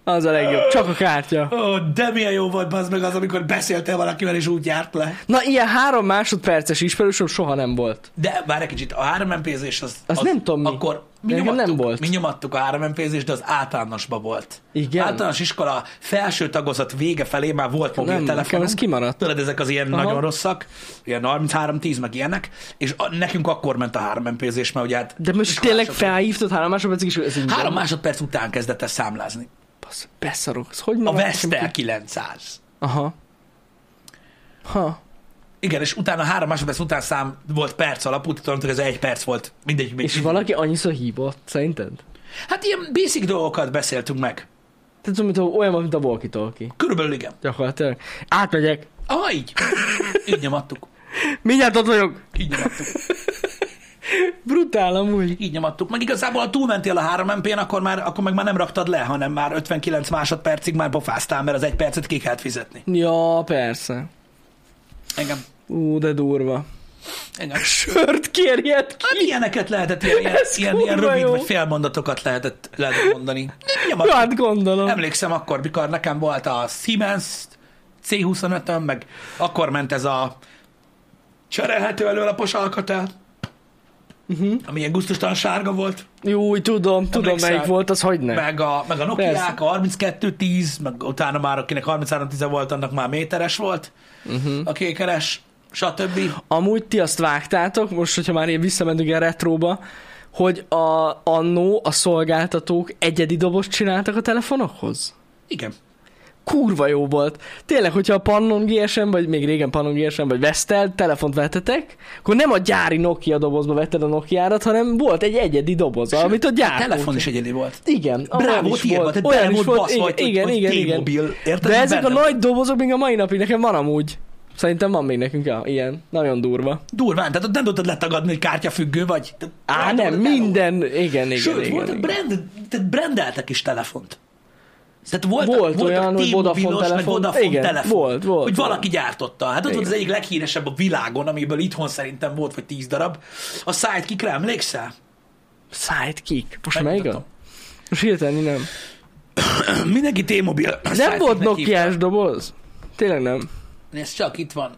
Az a legjobb, csak a kártya. Ó, de milyen jó volt bazd meg az, amikor beszéltél valakivel és úgy járt le. Na, ilyen három másodperces ismerősöm soha nem volt. De már egy kicsit, a 3 mpz az, az, Azt nem tudom mi. Akkor mi Nekem nyomattuk, nem volt. mi nyomattuk a 3 mpz de az általánosba volt. Igen. Általános iskola felső tagozat vége felé már volt nekem mobiltelefon. ez kimaradt. Tudod, ezek az ilyen Aha. Aha. nagyon rosszak, ilyen 33-10 meg ilyenek, és a, nekünk akkor ment a 3 mpz mert ugye hát De most tényleg iskolások- felhívtad három másodpercig is, ez így Három másodperc után kezdett el számlázni. Basz, beszarok, ez hogy A maradt Vestel nekem ki? 900. Aha. Ha. Igen, és utána három másodperc után szám volt perc alapú, tudom, hogy ez egy perc volt. Mindegy. mindegy. És valaki annyiszor hívott, szerinted? Hát ilyen basic dolgokat beszéltünk meg. Tehát mint a, olyan, mint a walkie-talkie. Körülbelül igen. Gyakorlatilag. Átmegyek. Ah, így. Így nyomattuk. Mindjárt ott vagyok. Így nyomattuk. Brutál amúgy. Így nyomattuk. Meg igazából, ha túlmentél a 3 mp n akkor, már, akkor meg már nem raktad le, hanem már 59 másodpercig már pofáztál, mert az egy percet ki kellett fizetni. Ja, persze. Engem. Ú, de durva. Engem. Sört kérjed ki. Hát ilyeneket lehetett, ilyen, ilyen, Ez ilyen, ilyen kurva rövid jó. vagy félmondatokat lehetett, lehetett mondani. Jó, Nyomattuk. hát gondolom. Emlékszem akkor, mikor nekem volt a Siemens C25-öm, meg akkor ment ez a cserélhető előlapos alkatel, Mhm. uh-huh. ami ilyen gusztustalan sárga volt, Jó, úgy tudom, tudom Emlékszel? melyik volt, az hogy ne. meg a, meg a Nokia, Persze. a 3210, meg utána már akinek 3310 volt, annak már méteres volt, Mhm. uh-huh. a kékeres, stb. Amúgy ti azt vágtátok, most, hogyha már én visszamentünk ilyen retróba, hogy a annó a szolgáltatók egyedi dobozt csináltak a telefonokhoz? Igen. kurva jó volt. Tényleg, hogyha a Pannon GSM, vagy még régen Pannon GSM, vagy Vestel telefont vettetek, akkor nem a gyári Nokia dobozba vetted a Nokiárat, hanem volt egy egyedi doboz, amit a gyártó. Telefon is egyedi volt. Igen, Bravo, olyan is tiéd volt, volt, tehát olyan benne is volt volt, basz igen, vagy, hogy- igen, hogy igen, igen. T-Mobile, érted? De ezek a Benne. nagy dobozok még a mai napig nekem van amúgy. Szerintem van még nekünk ja, ilyen, nagyon durva. Durván, tehát ott nem tudtad letagadni, hogy kártyafüggő vagy. Te- Á, rá nem, tudod elolvasni. minden, igen, igen, Sőt, igen, voltak igen. brand, tehát brandeltek is telefont. Tehát voltak, Volt voltak olyan, hogy T-Mobilos, Vodafone meg telefon. Vodafone Igen, telefon. volt, volt, Hogy volt. valaki gyártotta. Hát ott volt az Igen. egyik leghíresebb a világon, amiből itthon szerintem volt, vagy tíz darab. A Sidekickre emlékszel? Sidekick. Most melyik a? Megmutatom. Most hirtelen nem. Mindenki T-Mobile. Nem Sidekicknek volt hívta. Nokiás doboz? Tényleg nem. Ez csak itt van.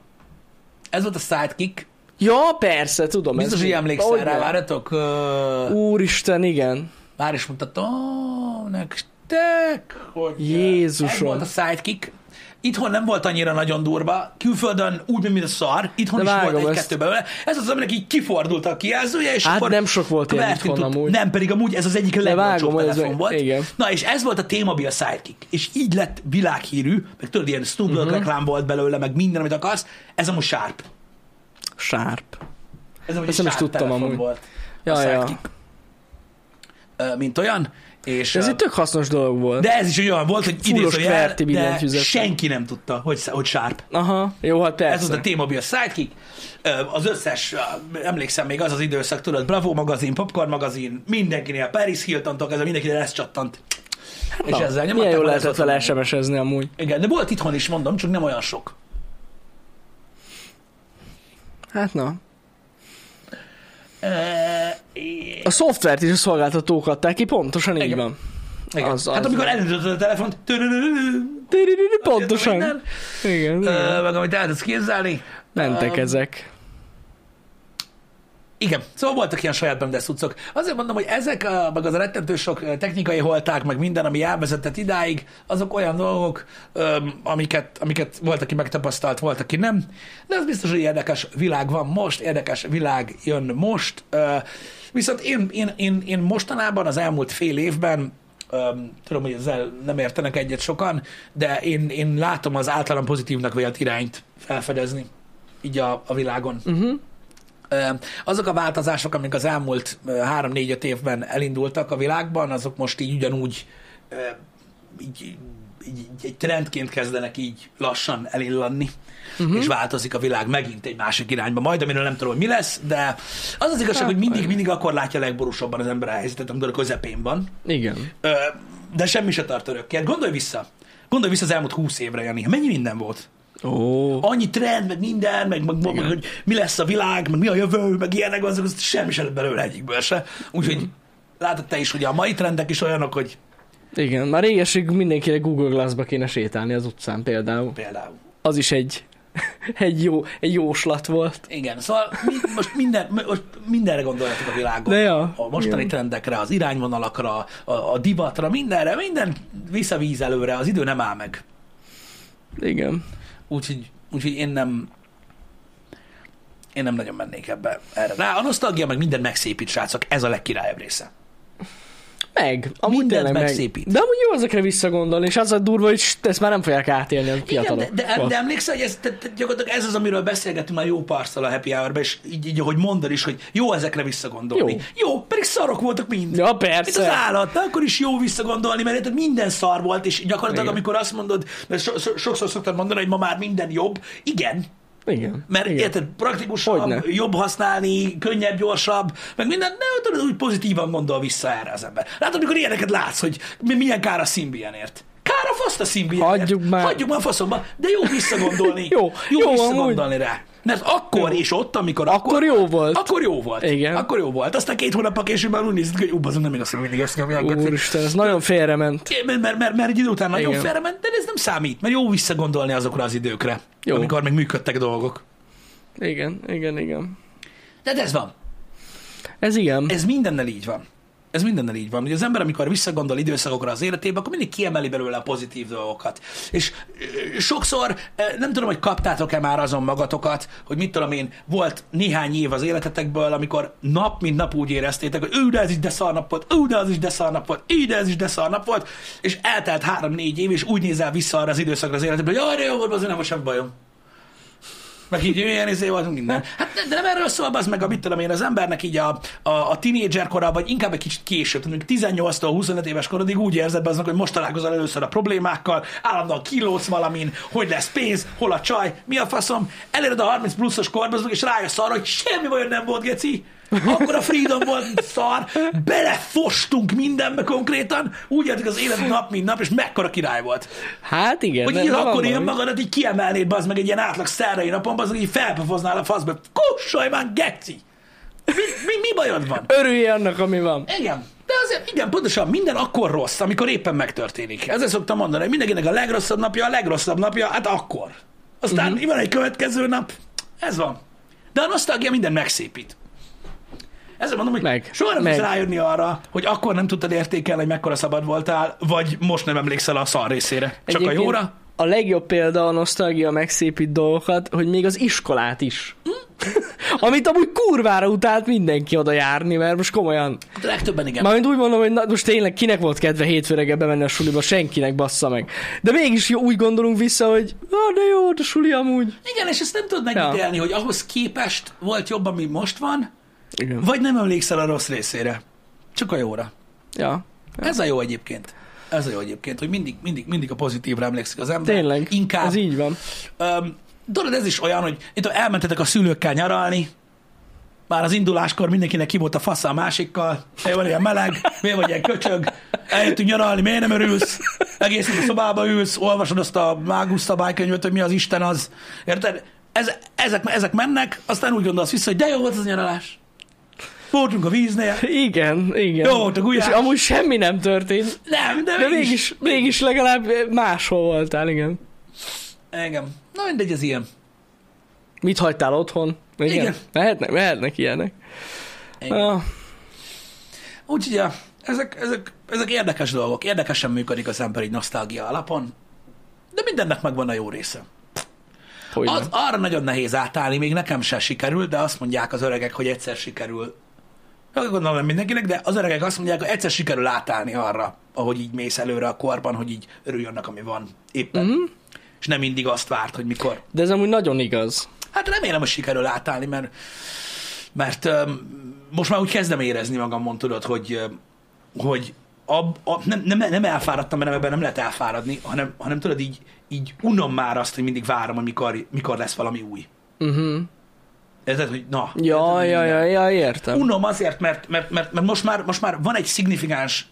Ez volt a Sidekick. Ja, persze, tudom. Biztos, ez hogy mi. emlékszel Hogyne. rá, várjatok. Ö, Úristen, igen. Már is mutatom nektek, hogy Jézusom. ez volt a sidekick. Itthon nem volt annyira nagyon durva, külföldön úgy, mint a szar, De itthon is volt vágom ezt. egy-kettő belőle. Ez az, aminek így kifordult a kijelzője, és Hát akkor nem sok volt ilyen verni itthon amúgy. Nem, pedig amúgy ez az egyik legolcsóbb vágom, hogy ez telefon meg- volt. igen. Na és ez volt a T-Mobile sidekick, és így lett világhírű, meg tudod, ilyen Snoop Mhm. uh-huh. reklám volt belőle, meg minden, amit akarsz. Ez amúgy Sharp. Sárp. Ez amúgy Ezt egy nem is Sharp tudtam telefon amúgy. volt. Ja, a ja. sidekick. Ö, Mint olyan. És, Ez ö, egy tök hasznos dolog volt. De ez is olyan volt, hogy Fullos idézőjel, kverti de billentyűzet. senki nem tudta, hogy, hogy Sharp. Aha, jó, hát Ez persze. volt a T-Mobile Sidekick. Ö, Az összes, ö, emlékszem még az az időszak, tudod, Bravo magazin, Popcorn magazin, mindenkinél, Paris Hilton-tól kezdve mindenkinél ez csattant. És Hát Na, ezzel milyen nyomatták, jól hogy lehetett ez volt vele a- SMS-ezni amúgy. Igen, de volt itthon is, mondom, csak nem olyan sok. Hát na. Ö, A szoftvert is a szolgáltatók adták ki, pontosan így Igen. van. Igen. az- az hát amikor van. elindítottad a telefont, tü-tü-tü-tü, Tiririri, minden, Pontosan. Igen, ö, igen. meg amit el tudsz képzelni. Mentek ö, ezek. Igen, szóval voltak ilyen saját rendes cuccok. Azért mondom, hogy ezek, a, meg az a rettentő sok ö, technikai holták, meg minden, ami elvezetett idáig, azok olyan dolgok, öm, amiket, amiket volt, aki megtapasztalt, volt, aki nem. De ez biztos, hogy érdekes világ van most, érdekes világ jön most. Ö, Viszont én, én, én, én mostanában, az elmúlt fél évben Öm, tudom, hogy ezzel nem értenek egyet sokan, de én, én látom az általán pozitívnak vélt irányt felfedezni így a, a világon. Uh-huh. Azok a változások, amik az elmúlt ö, három-négy-öt évben elindultak a világban, azok most így ugyanúgy ö, így, így, így, egy trendként kezdenek így lassan elillanni, uh-huh. és változik a világ megint egy másik irányba. Majd, amiről nem tudom, hogy mi lesz, de az az igazság, hogy mindig, mindig akkor látja legborúsabban az ember a helyzetet, amikor a közepén van. Igen. Ö, de semmi se tart örökké. Hát Gondolj vissza. Gondolj vissza az elmúlt húsz évre, Jani. Mennyi minden volt? Ó. Annyi trend, meg minden, meg, meg, meg hogy mi lesz a világ, meg mi a jövő, meg ilyenek, azok az semmi se lett belőle egyikből se. Úgyhogy látod te is, hogy a mai trendek is olyanok, hogy Igen, már régesig mindenkinek Google Glass-ba kéne sétálni az utcán például. például. Az is egy, egy, jó, egy jóslat volt. Igen, szóval mi, most, minden, most mindenre gondoljatok a világon. De ja. A mostani Igen. trendekre, az irányvonalakra, a, a divatra, mindenre, minden visszavíz előre, az idő nem áll meg. Igen. Úgyhogy, úgyhogy én nem én nem nagyon mennék ebbe erre. Rá a nosztalgia meg minden megszépít, srácok. Ez a legkirályabb része. Meg. Amúgy Mindent tényleg meg. megszépít. De amúgy jó ezekre visszagondolni, és az a durva, hogy st- ezt már nem fogják átélni a Igen, fiatalok. de, de, de emlékszel, hogy ez, te, te, gyakorlatilag ez az, amiről beszélgettünk már jó párszal a Happy Hour-ben, és így, így ahogy mondod is, hogy jó ezekre visszagondolni. Jó. Jó, jó pedig szarok voltak mind. Ja, Mint persze. az állat, de akkor is jó visszagondolni, mert érted, minden szar volt, és gyakorlatilag Igen. amikor azt mondod, mert so, so, sokszor szoktad mondani, hogy ma már minden jobb, igen, Igen. Mert Igen. érted, praktikusabb, Hogyne. jobb használni, könnyebb, gyorsabb, meg minden, de tudod, úgy pozitívan gondol vissza erre az ember. Látod, amikor ilyeneket látsz, hogy mi- milyen kár a Symbianért. Kár a faszt a Symbianért. Hagyjuk már. Hagyjuk már a faszomba, de jó visszagondolni. Jó, jó, jó, visszagondolni rá. Mert akkor és ott, amikor Akkor jó volt. Akkor jó volt. Igen. Akkor jó volt. Aztán két hónappal később már úgy nézett, hogy ú, bazom, nem igaz, hogy mindig ezt nyomják. Úristen, ez nagyon félrement. É, Mert, mert, mert, mert egy idő után nagyon Igen. felrement, de ez nem számít, mert jó visszagondolni azokra az időkre, Jó. amikor még működtek dolgok. Igen, igen, igen. De ez van. Ez igen. ez mindennel így van. Ez mindennel így van, hogy az ember, amikor visszagondol időszakokra az életébe, akkor mindig kiemeli belőle a pozitív dolgokat. És ö, sokszor, ö, nem tudom, hogy kaptátok-e már azon magatokat, hogy mit tudom én, volt néhány év az életetekből, amikor nap mint nap úgy éreztétek, hogy ő de ez is de szarnap volt, ő de az is de szarnap volt, így de ez is de szarnap volt, és eltelt három-négy év, és úgy nézel vissza arra az időszakra az életedből, hogy jaj, de jó volt, azért nem volt semmi bajom. Meg így ilyen izé voltunk minden. Hát de, de nem erről szól az meg, a mit tudom én, az embernek így a, a, a tínédzser kora, vagy inkább egy kicsit később, tehát mondjuk 18-tól 25 éves korodig úgy érzed be aznak, hogy most találkozol először a problémákkal, állandóan kilódsz valamin, hogy lesz pénz, hol a csaj, mi a faszom, eléred a 30 pluszos korba, azok, és rájössz arra, hogy semmi bajod nem volt, geci, akkor a freedom volt szar, belefostunk mindenbe konkrétan, úgy értük az élet nap, mint nap, és mekkora király volt. Hát igen. Hogy ne- így na, van akkor ilyen valami. magadat így kiemelnéd, bazd meg egy ilyen átlag szerdai napon, bazd meg így felpofoznál a faszba. Kussolj már, geci! Mi, mi, mi bajod van? Örülj annak, ami van. Igen. De azért, igen, pontosan minden akkor rossz, amikor éppen megtörténik. Ezzel szoktam mondani, hogy mindenkinek a legrosszabb napja, a legrosszabb napja, hát akkor. Aztán Mhm. uh-huh. van egy következő nap, ez van. De a nosztalgia minden megszépít. Ezzel mondom, hogy Meg. soha nem Meg. tudsz rájönni arra, hogy akkor nem tudtad értékelni, hogy mekkora szabad voltál, vagy most nem emlékszel a szar részére. Csak a Egyébként jóra. A legjobb példa a nosztalgia megszépít dolgokat, hogy még az iskolát is. Hm? Amit amúgy kurvára utált mindenki oda járni, mert most komolyan. De legtöbben igen. Mármint úgy mondom, hogy na, most tényleg kinek volt kedve hétfő reggel bemenni a suliba, senkinek bassza meg. De mégis jó- úgy gondolunk vissza, hogy ah, de jó, de suli amúgy. Igen, és ezt nem tudod megítélni, ja. hogy ahhoz képest volt jobb, ami most van, Igen. vagy nem emlékszel a rossz részére. Csak a jóra. Ja. Ez a jó egyébként. Ez a jó egyébként, hogy mindig, mindig, mindig a pozitívra emlékszik az ember. Tényleg. Inkább. Ez így van. Öm, tudod, ez is olyan, hogy itt elmentetek a szülőkkel nyaralni, már az induláskor mindenkinek ki volt a fasza a másikkal, miért vagy ilyen meleg, miért vagy ilyen köcsög, eljöttünk nyaralni, miért nem örülsz, egész nap a szobába ülsz, olvasod azt a mágus szabálykönyvet, hogy mi az Isten az, érted? Ez, ezek, ezek mennek, aztán úgy gondolsz vissza, hogy de jó volt az a nyaralás. Voltunk a víznél, Igen, igen. Jó voltak, És gulyás. amúgy semmi nem történt. nem, de, De mégis, mégis legalább máshol voltál, igen. Engem. Na mindegy, ez ilyen. Mit hagytál otthon? Igen. Igen. Mehetnek, mehetnek ilyenek. Igen. Ah, Úgyhogy ja, ezek, ezek, ezek érdekes dolgok. Érdekesen működik az ember egy nosztalgia alapon, de mindennek megvan a jó része. hogy Az, arra nagyon nehéz átállni, még nekem se sikerül, de azt mondják az öregek, hogy egyszer sikerül. Azt Gondolom nem mindenkinek, de az öregek azt mondják, hogy egyszer sikerül átállni arra, ahogy így mész előre a korban, hogy így örülj annak, ami van éppen. Mm-hmm. És nem mindig azt várt, hogy mikor. De ez amúgy nagyon igaz. Hát remélem, hogy sikerül átállni, mert, mert öm, most már úgy kezdem érezni magamon, tudod, hogy, öm, hogy ab, a, nem, nem, nem elfáradtam, mert ebben nem lehet elfáradni, hanem, hanem tudod, így, így unom már azt, hogy mindig várom, amikor, mikor lesz valami új. Uh-huh. Érted, hogy na. érted, Ja, hogy ja, minden. ja, ja, értem. Unom azért, mert, mert, mert, mert most, már, most már van egy szignifikáns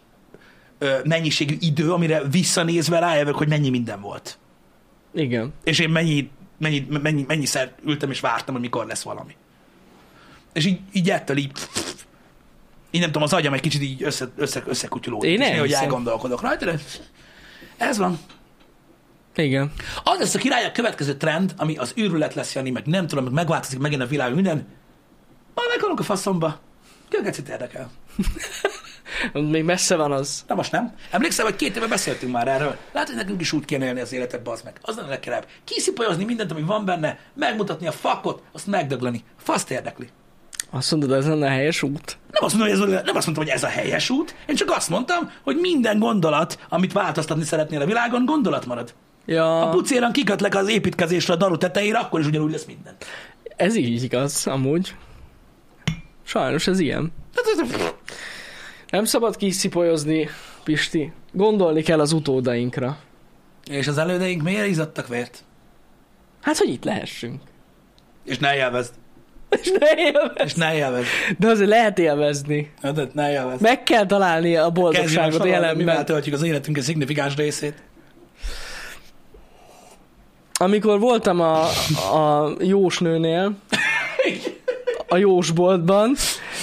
ö, mennyiségű idő, amire visszanézve rájövök, hogy mennyi minden volt. Igen. És én mennyi, mennyi, mennyi, mennyiszer ültem és vártam, hogy mikor lesz valami. És így, így ettől így, így nem tudom, az agyam egy kicsit így össze, össze, összekutyulódik. Én és nem néha, hogy hiszem. elgondolkodok rajta, de ez van. Igen. Az lesz a király a következő trend, ami az őrület lesz, Jani, meg nem tudom, meg megváltozik megint a világ minden. Majd meghalunk a faszomba. Kölgecit érdekel. Még messze van az. Na most nem. Emlékszel, hogy két éve beszéltünk már erről. Látod, hogy nekünk is úgy kéne élni az életet, bazd meg. Az lenne legkerebb. Kiszipolyozni mindent, ami van benne, megmutatni a fakot, azt megdögleni. Faszt érdekli. Azt mondod, ez lenne a helyes út? Nem azt, mondom, hogy ez, a- nem azt mondtam, hogy ez a helyes út, én csak azt mondtam, hogy minden gondolat, amit változtatni szeretnél a világon, gondolat marad. Ja, A pucéran kikötlek az építkezésre a daru tetejére, akkor is ugyanúgy lesz minden. ez így igaz, amúgy. Sajnos ez ilyen. Tehát ez- Nem szabad kiszipolyozni, Pisti. Gondolni kell az utódainkra. És az elődeink miért izzadtak vért? Hát, hogy itt lehessünk. És ne élvezd. És ne élvez. És ne élvezd. De azért lehet élvezni. Ötöt, ne élvezd. Meg kell találni a Kezdjük most boldogságot arról, hogy mivel jelenben. töltjük az életünk egy szignifikáns részét. Amikor voltam a, a jósnőnél, a jósboltban,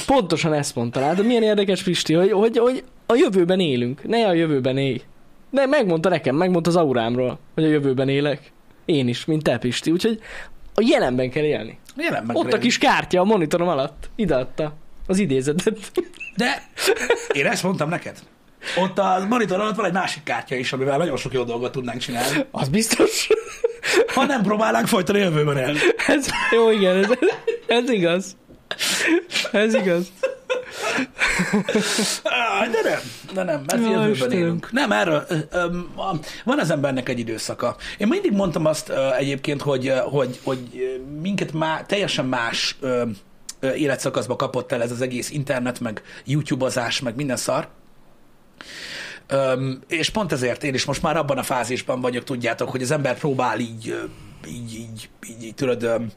pontosan ezt mondta. Látod, milyen érdekes, Pisti, hogy, hogy, hogy a jövőben élünk. Ne a jövőben élj. De megmondta nekem, megmondta az aurámról, hogy a jövőben élek. Én is, mint te, Pisti. Úgyhogy a jelenben kell élni. Jelen meg Ott a kis kártya a monitorom alatt. Ideadta az idézetet. De én ezt mondtam neked. Ott a monitor alatt van egy másik kártya is, amivel nagyon sok jó dolgot tudnánk csinálni. Az biztos. Ha nem próbálnánk folyton a jövőben el. Ez, jó, igen, ez, ez igaz. Ez igaz. Áj, De nem, de nem, mert Jaj, jövőben Istenem. élünk. Nem, erről. ö, ö, a- Van az embernek egy időszaka. Én mindig mondtam azt ö, egyébként, hogy, ö, hogy, hogy ö, minket má, teljesen más ö, ö, életszakaszba kapott el ez az egész internet, meg YouTube-ozás, meg minden szar. Öm, és pont ezért én is most már abban a fázisban vagyok, tudjátok, hogy az ember próbál így, ö, így, így, így, így tudod, öm,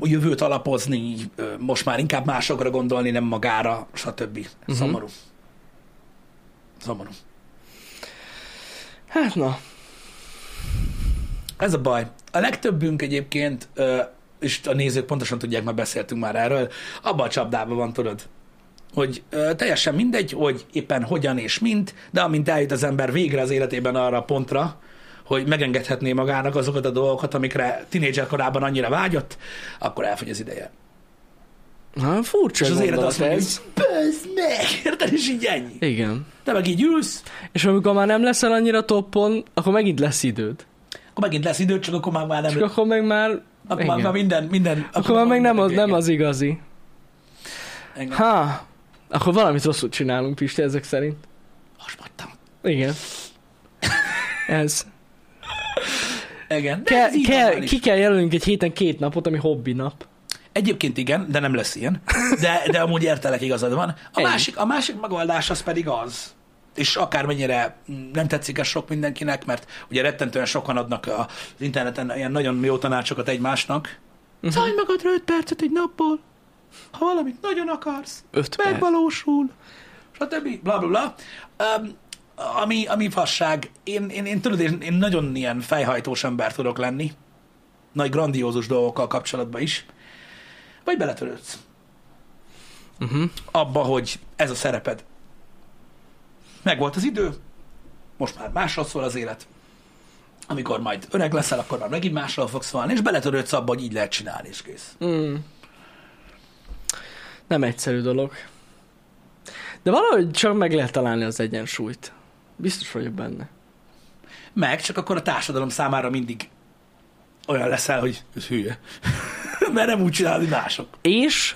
a jövőt alapozni, ö, most már inkább másokra gondolni, nem magára, stb. Uh-huh. Szomorú. Szomorú. Hát na, Ez a baj. A legtöbbünk egyébként, ö, és a nézők pontosan tudják, már beszéltünk már erről, abban a csapdában van, tudod, hogy ö, teljesen mindegy, hogy éppen hogyan és mint, de amint eljut az ember végre az életében arra a pontra, hogy megengedhetné magának azokat a dolgokat, amikre tinédzser korában annyira vágyott, akkor elfogy az ideje. na Hát, furcsa És az élet gondolat azt mondja, ez. hogy "Bazd meg, érted, és így ennyi. Igen. Te meg így ülsz, És amikor már nem leszel annyira toppon, akkor megint lesz időd. akkor megint lesz időd, csak akkor már, már nem... Csak akkor meg már... akkor már, igen. már minden, minden... Akkor, Akkor már meg nem az, minden nem az igazi. vége. Engem. Ha, akkor valamit rosszul csinálunk, Pisti, ezek szerint. Hasmadtam. Igen. Ez. Igen. De Kell, ez így kell, normális. ki kell jelölnünk egy héten két napot, ami hobbi nap. Egyébként igen, de nem lesz ilyen. De, de amúgy értelek, igazad van. A Ennyi. másik, a másik megoldás az pedig az, és akármennyire mm, nem tetszik ez sok mindenkinek, mert ugye rettentően sokan adnak a- az interneten ilyen nagyon jó tanácsokat egymásnak. Mhm. Uh-huh. Szállj magadra 5 percet egy napból, ha valamit nagyon akarsz. Öt perc. megvalósul, stb. bla bla bla. Um, ami, ami fasság, én, én, én tudod, én, én nagyon ilyen fejhajtós ember tudok lenni, nagy grandiózus dolgokkal kapcsolatban is, vagy beletörődsz Uh-huh. abba, hogy ez a szereped. Megvolt az idő, most már másról szól az élet. amikor majd öreg leszel, akkor már megint másról fogsz szólni, és beletörődsz abba, hogy így lehet csinálni, és kész. Mm. Nem egyszerű dolog. De valahogy csak meg lehet találni az egyensúlyt. Biztos vagyok benne. Meg, csak akkor a társadalom számára mindig olyan leszel, hogy ez hülye. Mert nem úgy csinál, hogy mások. És,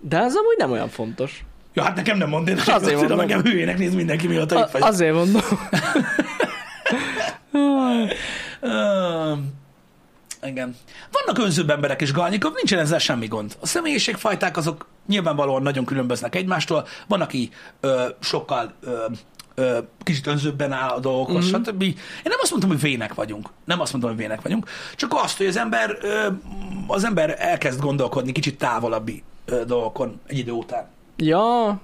de ez amúgy nem olyan fontos. Ja, hát nekem nem mond, én csak azt Azért tudom, mondom. engem hülyének néz mindenki miatt, hogy A, itt vagy. azért mondom. Ö, igen. Vannak önzőbb emberek és galnyikok, nincsen ezzel semmi gond. A személyiségfajták azok nyilvánvalóan nagyon különböznek egymástól. Van, aki ö, sokkal ö, ö, kicsit önzőbben áll a dolgokhoz, mm-hmm. stb. Én nem azt mondtam, hogy vének vagyunk. Nem azt mondtam, hogy vének vagyunk. Csak azt, hogy az ember, ö, az ember elkezd gondolkodni kicsit távolabbi ö, dolgokon egy idő után. ja,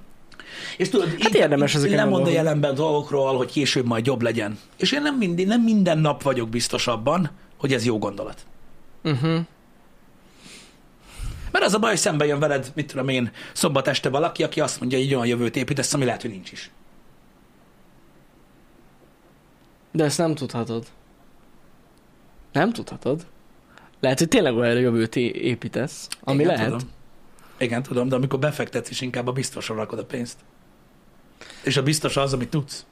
És tudod, Hát érdemes ezeken lemond a gondolkodni. jelenben dolgokról, hogy később majd jobb legyen. És én nem, mindig, nem minden nap vagyok biztos abban, hogy ez jó gondolat. uh-huh. Mert az a baj, hogy szembe jön veled, mit tudom én, szombat este valaki, aki azt mondja, hogy egy olyan jövőt építesz, ami lehet, hogy nincs is. de ezt nem tudhatod. Nem tudhatod. Lehet, hogy tényleg olyan jövőt é- építesz, ami Igen, lehet. Tudom. Igen, tudom, de amikor befektetsz, is inkább a biztosra rakod a pénzt. És a biztos az, amit tudsz.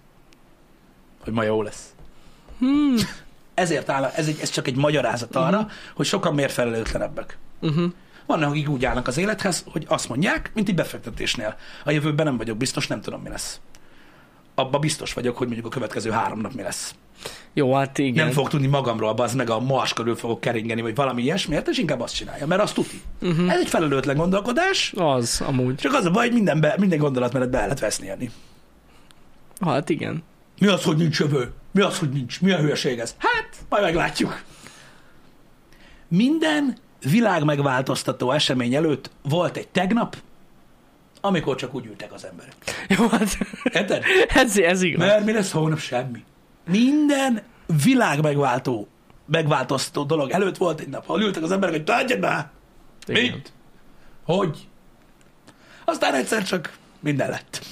Hogy ma jó lesz. Hmm. Ezért áll, ez, egy, ez csak egy magyarázat arra, Mhm. uh-huh. hogy sokan miért felelőtlenebbek. Uh-huh. Vannak, akik úgy állnak az élethez, hogy azt mondják, mint egy befektetésnél. A jövőben nem vagyok biztos, nem tudom, mi lesz. Abba biztos vagyok, hogy mondjuk a következő három nap mi lesz. Jó, hát igen. Igen. Nem fog tudni magamról, az meg a mars körül fogok keringeni, vagy valami ilyesmiért, és inkább azt csinálja, mert azt tuti. Uh-huh. Ez egy felelőtlen gondolkodás, Az, amúgy. csak az a baj, hogy minden, be, minden gondolat mellett be lehet veszni jönni. Hát igen. Mi az, hogy nincs jövő? Mi az, hogy nincs? Mi a hülyeség ez? Hát, majd meglátjuk. Minden világ megváltoztató esemény előtt volt egy tegnap, amikor csak úgy ültek az emberek. Jó, hát Érted? ez, ez igaz. Mert mi lesz holnap semmi. Minden világ megváltó, megváltoztató dolog előtt volt egy nap, ahol ültek az emberek, hogy tárgyad már, Igen. mit, hogy. Aztán egyszer csak minden lett.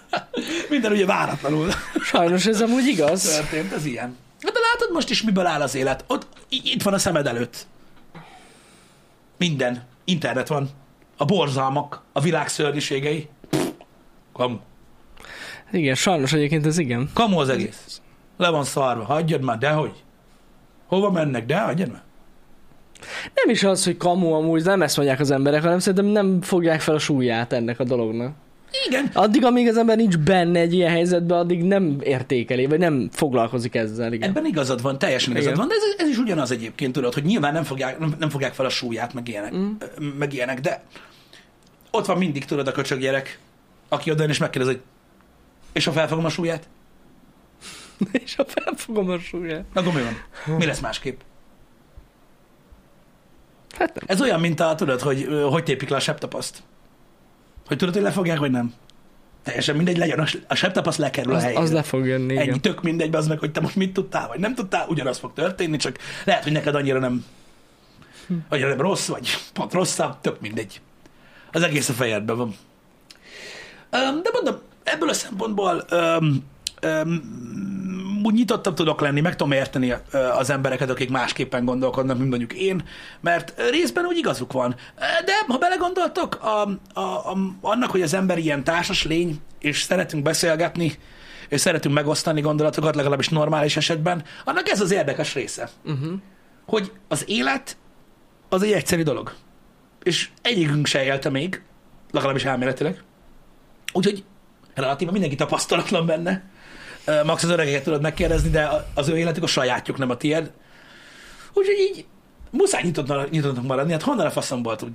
minden ugye váratlanul. Sajnos ez amúgy igaz. történt, ez ilyen. Hát de látod most is, miből áll az élet. Ott, i- itt van a szemed előtt. Minden. Internet van. A borzalmak, a világ szörnyűségei. Pff, Kamu. Igen, sajnos egyébként ez igen. Kamu az egész. Le van szarva. Hagyjad már, dehogy. Hova mennek, de hagyjad már. Nem is az, hogy kamu amúgy, nem ezt mondják az emberek, hanem szerintem nem fogják fel a súlyát ennek a dolognak. Igen. Addig, amíg az ember nincs benne egy ilyen helyzetben, addig nem értékeli, vagy nem foglalkozik ezzel, igen. Ebben igazad van, teljesen igazad Igen. van, de ez, ez is ugyanaz egyébként, tudod, hogy nyilván nem fogják, nem, nem fogják fel a súlyát, meg ilyenek, mm. meg ilyenek, de ott van mindig, tudod, a köcsög gyerek, aki oda jön és megkérdezi, hogy és ha felfogom a súlyát? És ha felfogom a súlyát. Na akkor mi van? Mi lesz másképp? Hát nem. Ez olyan, mint a, tudod, hogy ö, hogy tépik le a septapaszt. Hogy tudod, hogy lefogják, vagy nem? Teljesen mindegy, legyen a, a septapaszt lekerül a Az, helyére. az le fog jönni, igen. Ennyi tök mindegy, az meg, hogy te most mit tudtál, vagy nem tudtál, ugyanaz fog történni, csak lehet, hogy neked annyira nem, Hm. annyira nem rossz, vagy pont rosszabb, tök mindegy. Az egész a fejedben van. Öm, De mondom, ebből a szempontból öm, öm, úgy nyitottabb tudok lenni, meg tudom érteni ö, az embereket, akik másképpen gondolkodnak, mint mondjuk én, mert részben úgy igazuk van. De ha belegondoltok, a, a, a, annak, hogy az ember ilyen társas lény, és szeretünk beszélgetni, és szeretünk megosztani gondolatokat, legalábbis normális esetben, annak ez az érdekes része. Uh-huh. Hogy az élet az egy egyszerű dolog. És egyikünk se élte még, legalábbis elméletileg. Úgyhogy relatíve mindenki tapasztalatlan benne. Ö, Max az öregeket tudod megkérdezni, de a- az ő életük a sajátjuk, nem a tiéd. Úgyhogy így muszáj nyitottnak nyitottnak maradni. Hát honnan a faszomból tud-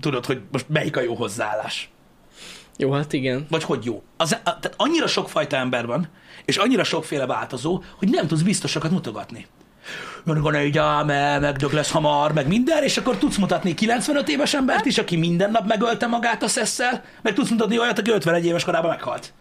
tudod, hogy most melyik a jó hozzáállás? Jó, hát igen. vagy hogy jó. Az, a, tehát annyira sokfajta ember van, és annyira sokféle változó, hogy nem tudsz biztosakat mutogatni. Mondjuk a így, ám, meg dög lesz hamar, meg minden, és akkor tudsz mutatni 95 éves embert is, aki minden nap megölte magát a szesszel, meg tudsz mutatni olyat, aki 51 éves korában meghalt.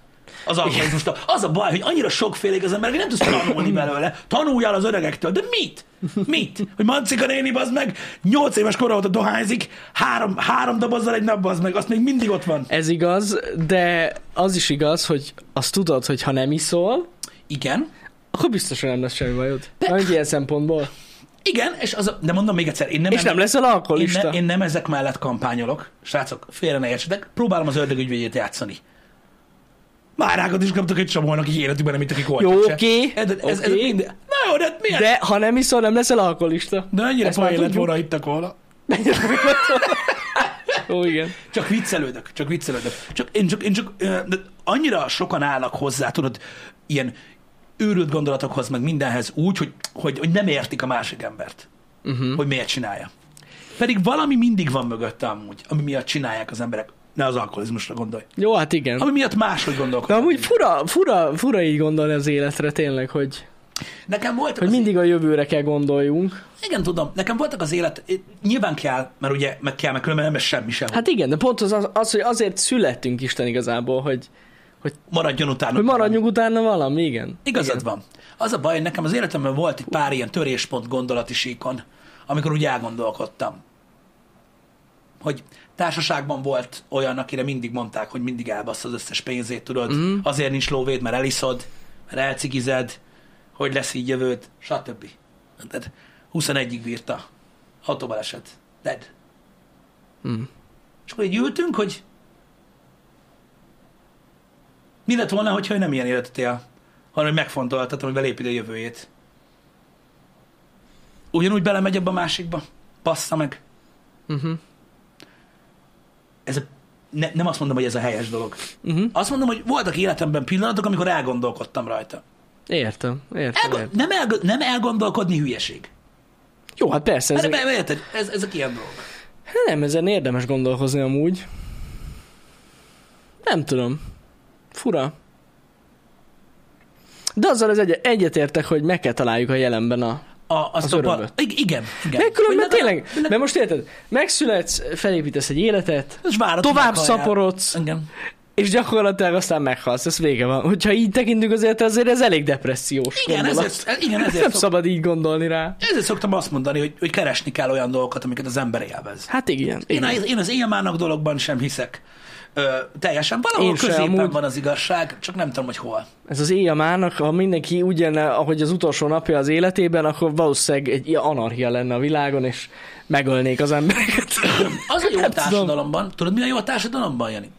Az alkoholizmus. Az a baj, hogy annyira sokfélék az ember, hogy nem tudsz tanulni belőle. Tanuljál az öregektől, de mit? Mit? Hogy Mancika néni, az meg 8 éves kora óta dohányzik, három, három dobozzal egy nap, az meg, azt még mindig ott van. Ez igaz, de az is igaz, hogy azt tudod, hogy ha nem iszol, Igen. Akkor biztosan nem lesz semmi bajod. De- De... Mert ilyen szempontból. Igen, és az a, de mondom még egyszer, én nem, És nem leszel én, alkoholista. ne, én nem ezek mellett kampányolok. Srácok, félre ne értsetek, próbálom az ördög ügyvédjét játszani. Már rákat is kaptak egy csomóan, akik életükben nem ittak egy Jó, kortyot se. oké. Ez, ez, ez oké. minden. Na jó, de hát miért? De, De ha nem iszol, nem leszel alkoholista. de annyira Ezt már poén lett tudjuk. volna, ittak volna. Ó, igen. Csak viccelődök, csak viccelődök. Csak, én csak, én csak ö, de annyira sokan állnak hozzá, tudod, ilyen őrült gondolatokhoz, meg mindenhez úgy, hogy, hogy, hogy nem értik a másik embert, Mhm. uh-huh. hogy miért csinálja. Pedig valami mindig van mögötte amúgy, ami miatt csinálják az emberek. Ne az alkoholizmusra gondolj. Jó, hát igen. Ami miatt máshogy De gondolkodnak. amúgy fura, fura, fura így gondolni az életre tényleg, hogy, Nekem volt hogy az mindig a jövőre kell gondoljunk. Igen, tudom. Nekem voltak az élet... Nyilván kell, mert ugye meg kell, mert különben nem lesz semmi sem. Hát, Hát igen, de pont az, az, az hogy azért születtünk Isten igazából, hogy, maradjon utána. hogy maradjunk utána valami, igen. Igazad van. Az a baj, hogy nekem az életemben volt egy pár ilyen töréspont gondolati síkon, amikor úgy elgondolkodtam, hogy társaságban volt olyan, akire mindig mondták, hogy mindig elbassz az összes pénzét, tudod, mm. azért nincs lóvéd, mert eliszod, mert elcigized, hogy lesz így jövőd, stb. Tehát 21-ig bírta. Autóbaleset. Dead. Mm. És akkor így ültünk, hogy mi lett volna, hogyha ő nem ilyen életet él, hanem hogy megfontoltatom, hogy belépíti a jövőjét. Ugyanúgy belemegy ebbe a másikba. Passza meg. Uh-huh. Ez a, ne, nem azt mondom, hogy ez a helyes dolog. Uh-huh. Azt mondom, hogy voltak életemben pillanatok, amikor elgondolkodtam rajta. Értem, értem, Elgo- értem. nem, elgo- nem elgondolkodni hülyeség. Jó, hát persze, Ez, ezek, ez, érted, ez, ezek ilyen dolgok. Hát Nem, ezen érdemes gondolkozni amúgy. Nem tudom. Fura. De azzal az egy- egyetértek, hogy meg kell találjuk a jelenben a... A, azt Az a örömöt. pa- ig- igen, igen. De különben Hogy ne- tényleg, ne- mert most érted, megszületsz, felépítesz egy életet, és várod, hogy tovább meghallják. szaporodsz, Igen. és gyakorlatilag aztán meghalsz, ez vége van. Hogyha így tekintünk azért, azért ez elég depressziós Igen, gondolat. ezért, e- igen, Nem ezért, szok, szabad így gondolni rá. ezért szoktam azt mondani, hogy, hogy keresni kell olyan dolgokat, amiket az ember élvez. Hát igen. Én, igen. az- én az élmának dologban sem hiszek. Ö, teljesen. Valahol Én én sem, középen amúgy. van az igazság, csak nem tudom, hogy hol. Ez az éjja mának, ha mindenki úgy jönne, ahogy az utolsó napja az életében, akkor valószínűleg egy ilyen anarchia lenne a világon, és megölnék az embereket. Az a jó a Nem tudom. társadalomban, tudod, mi a jó a társadalomban, Jani?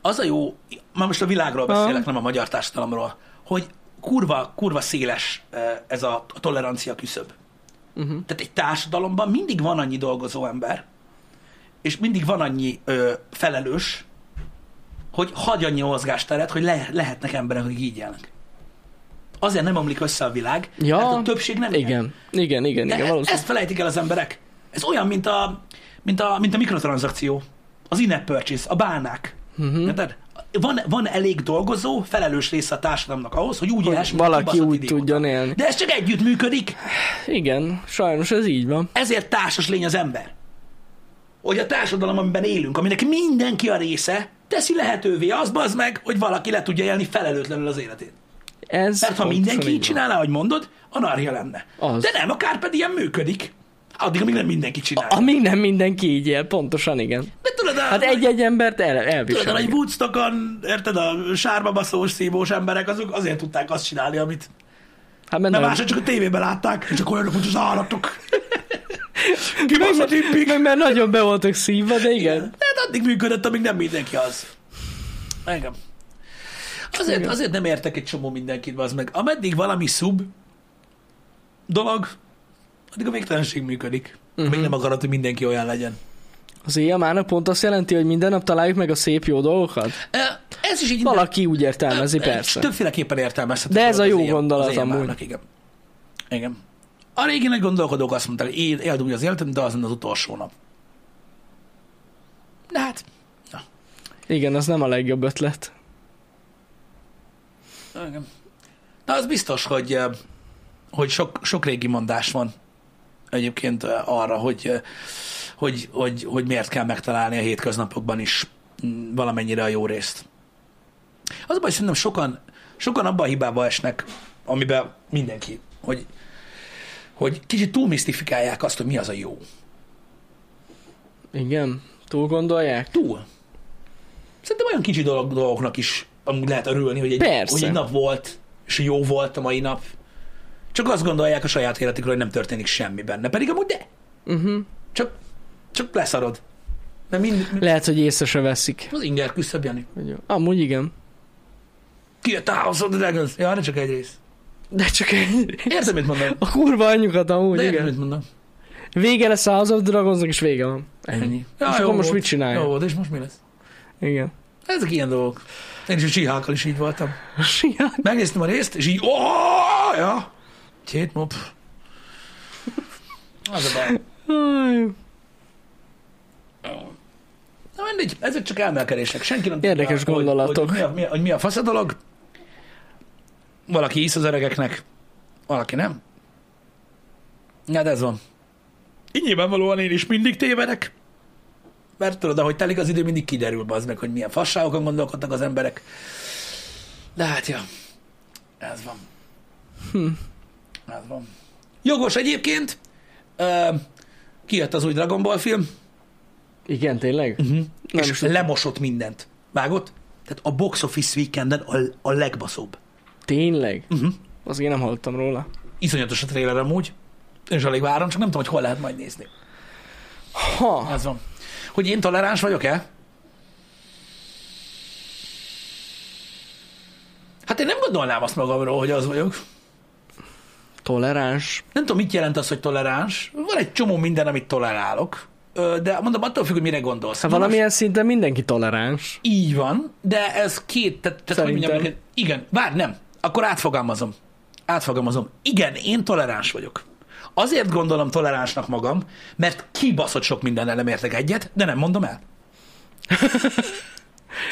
Az a jó, már most a világról beszélek, Aha. nem a magyar társadalomról, hogy kurva, kurva széles ö, ez a a tolerancia küszöb. Mhm. Uh-huh. Tehát egy társadalomban mindig van annyi dolgozó ember, és mindig van annyi ö, felelős, hogy hagy annyi mozgásteret, hogy le, lehetnek emberek, akik így élnek. Azért nem omlik össze a világ, Ja. mert a többség nem ilyen. igen, igen, igen, De igen, valószínűleg. ezt felejtik el az emberek. Ez olyan, mint a, mint a, mint a mikrotranszakció, az in-app purchase, a bánák. Mhm. Uh-huh. Van, van elég dolgozó, felelős része a társadalomnak ahhoz, hogy úgy élhess, mint a Valaki kibaszott úgy idióta. tudjon élni. De ez csak együtt működik, Igen, sajnos ez így van. ezért társas lény az ember. Hogy a társadalom, amiben élünk, aminek mindenki a része, teszi lehetővé az bazd meg, hogy valaki le tudja élni felelőtlenül az életét. Ez Mert ha pontosan mindenki így így van. csinálná, ahogy mondod, anarja lenne. Az. De nem, akár pedig ilyen működik. Addig, amíg nem mindenki csinálja. Amíg nem mindenki így él, pontosan igen. De tudod, Hát egy-egy embert el, elvisel. tudod, a egy Woodstockon, érted, a sárba baszós, szívós emberek, azok azért tudták azt csinálni, amit Hát mert nem nagyon- máshogy csak a tévében látták, és akkor olyanok, hogy az állatok. Meg- Kibaszott hippik. meg mert nagyon be voltak szívva, de igen. Tehát Hát addig működött, amíg nem mindenki az. Engem. Azért, Igen. azért nem értek egy csomó mindenkit, az meg. Ameddig valami szub dolog, addig a végtelenség működik. Uh-huh. Még nem akarod, hogy mindenki olyan legyen. Az éjjel mának pont azt jelenti, hogy minden nap találjuk meg a szép jó dolgokat? Ö, Ez is így Valaki úgy értelmezi, Ö, persze. Többféleképpen értelmezhető. De ez volt a az jó éjjel- gondolat az éjjel amúgy. várnak, Igen. igen. A régi nagy gondolkodók azt mondták, hogy él- éld úgy az életem, de az nem az utolsó nap. De hát, Igen, az nem a legjobb ötlet. igen. De az biztos, hogy, eh, hogy sok, sok régi mondás van egyébként eh, arra, hogy, eh, hogy, hogy, hogy miért kell megtalálni a hétköznapokban is mm, valamennyire a jó részt. Az a baj, szerintem sokan, sokan abban a hibába esnek, amiben mindenki, hogy, hogy kicsit túlmisztifikálják azt, hogy mi az a jó. Igen, túl gondolják? Túl. Szerintem olyan kicsi dolog, dolgoknak is amúgy lehet örülni, hogy egy, Persze. hogy egy nap volt, és jó volt a mai nap. Csak azt gondolják a saját életükről, hogy nem történik semmi benne. Pedig amúgy de. Uh-huh. Csak, csak leszarod. Mert mind, Lehet, hogy észre se veszik. az inger küszöbb, Jani. Vagy jó. Amúgy igen. Kijött a House of the Dragons. Ja, nem csak egy rész. De csak egy... Érted, mit mondom? A kurva anyukat amúgy, De De érted, igen. mit mondom? Vége lesz a House of Dragonsnak, és vége van. Ennyi. Ja, És jó akkor most volt. mit csinálja? Jó volt, és most mi lesz? Igen. Ezek ilyen dolgok. Én is a csihákkal is így voltam. Sian. Megnéztem a részt, és így... Oh, ja. Két mop. Az a baj. Na mindegy, ezek csak elmelkedések. Senki nem Érdekes hogy- gondolatok. Hogy, hogy, mi a, mi a, hogy mi a fasz a dolog. Valaki hisz az öregeknek, valaki nem. Hát ez van. Így nyilvánvalóan én is mindig tévedek. Mert tudod, ahogy telik az idő, mindig kiderül az meg, hogy milyen fasságokon gondolkodnak az emberek. De hát, ja. Ez van. Hm. Ez van. Jogos egyébként. Uh, kijött az új Dragon Ball film. Igen, tényleg? Uh-huh. Nem és is tudom. lemosott mindent. Vágott? Tehát a box office weekenden a, a legbaszóbb. Tényleg? Uh-huh. Az én nem hallottam róla. Iszonyatos a trailer amúgy. Én is alig várom, csak nem tudom, hogy hol lehet majd nézni. Ha, Ez van. Hogy én toleráns vagyok-e? Hát én nem gondolnám azt magamról, hogy az vagyok. toleráns. Nem tudom, mit jelent az, hogy toleráns. Van egy csomó minden, amit tolerálok. Ö, De mondom, attól függ, hogy mire gondolsz. Hát valamilyen szinten mindenki toleráns. Így van, de ez két, tehát, tehát hogy mondjam, Szerintem. neked, igen, vár, nem, akkor átfogalmazom. Átfogalmazom. Igen, én toleráns vagyok. Azért gondolom toleránsnak magam, mert kibaszott sok minden nem értek egyet, de nem mondom el.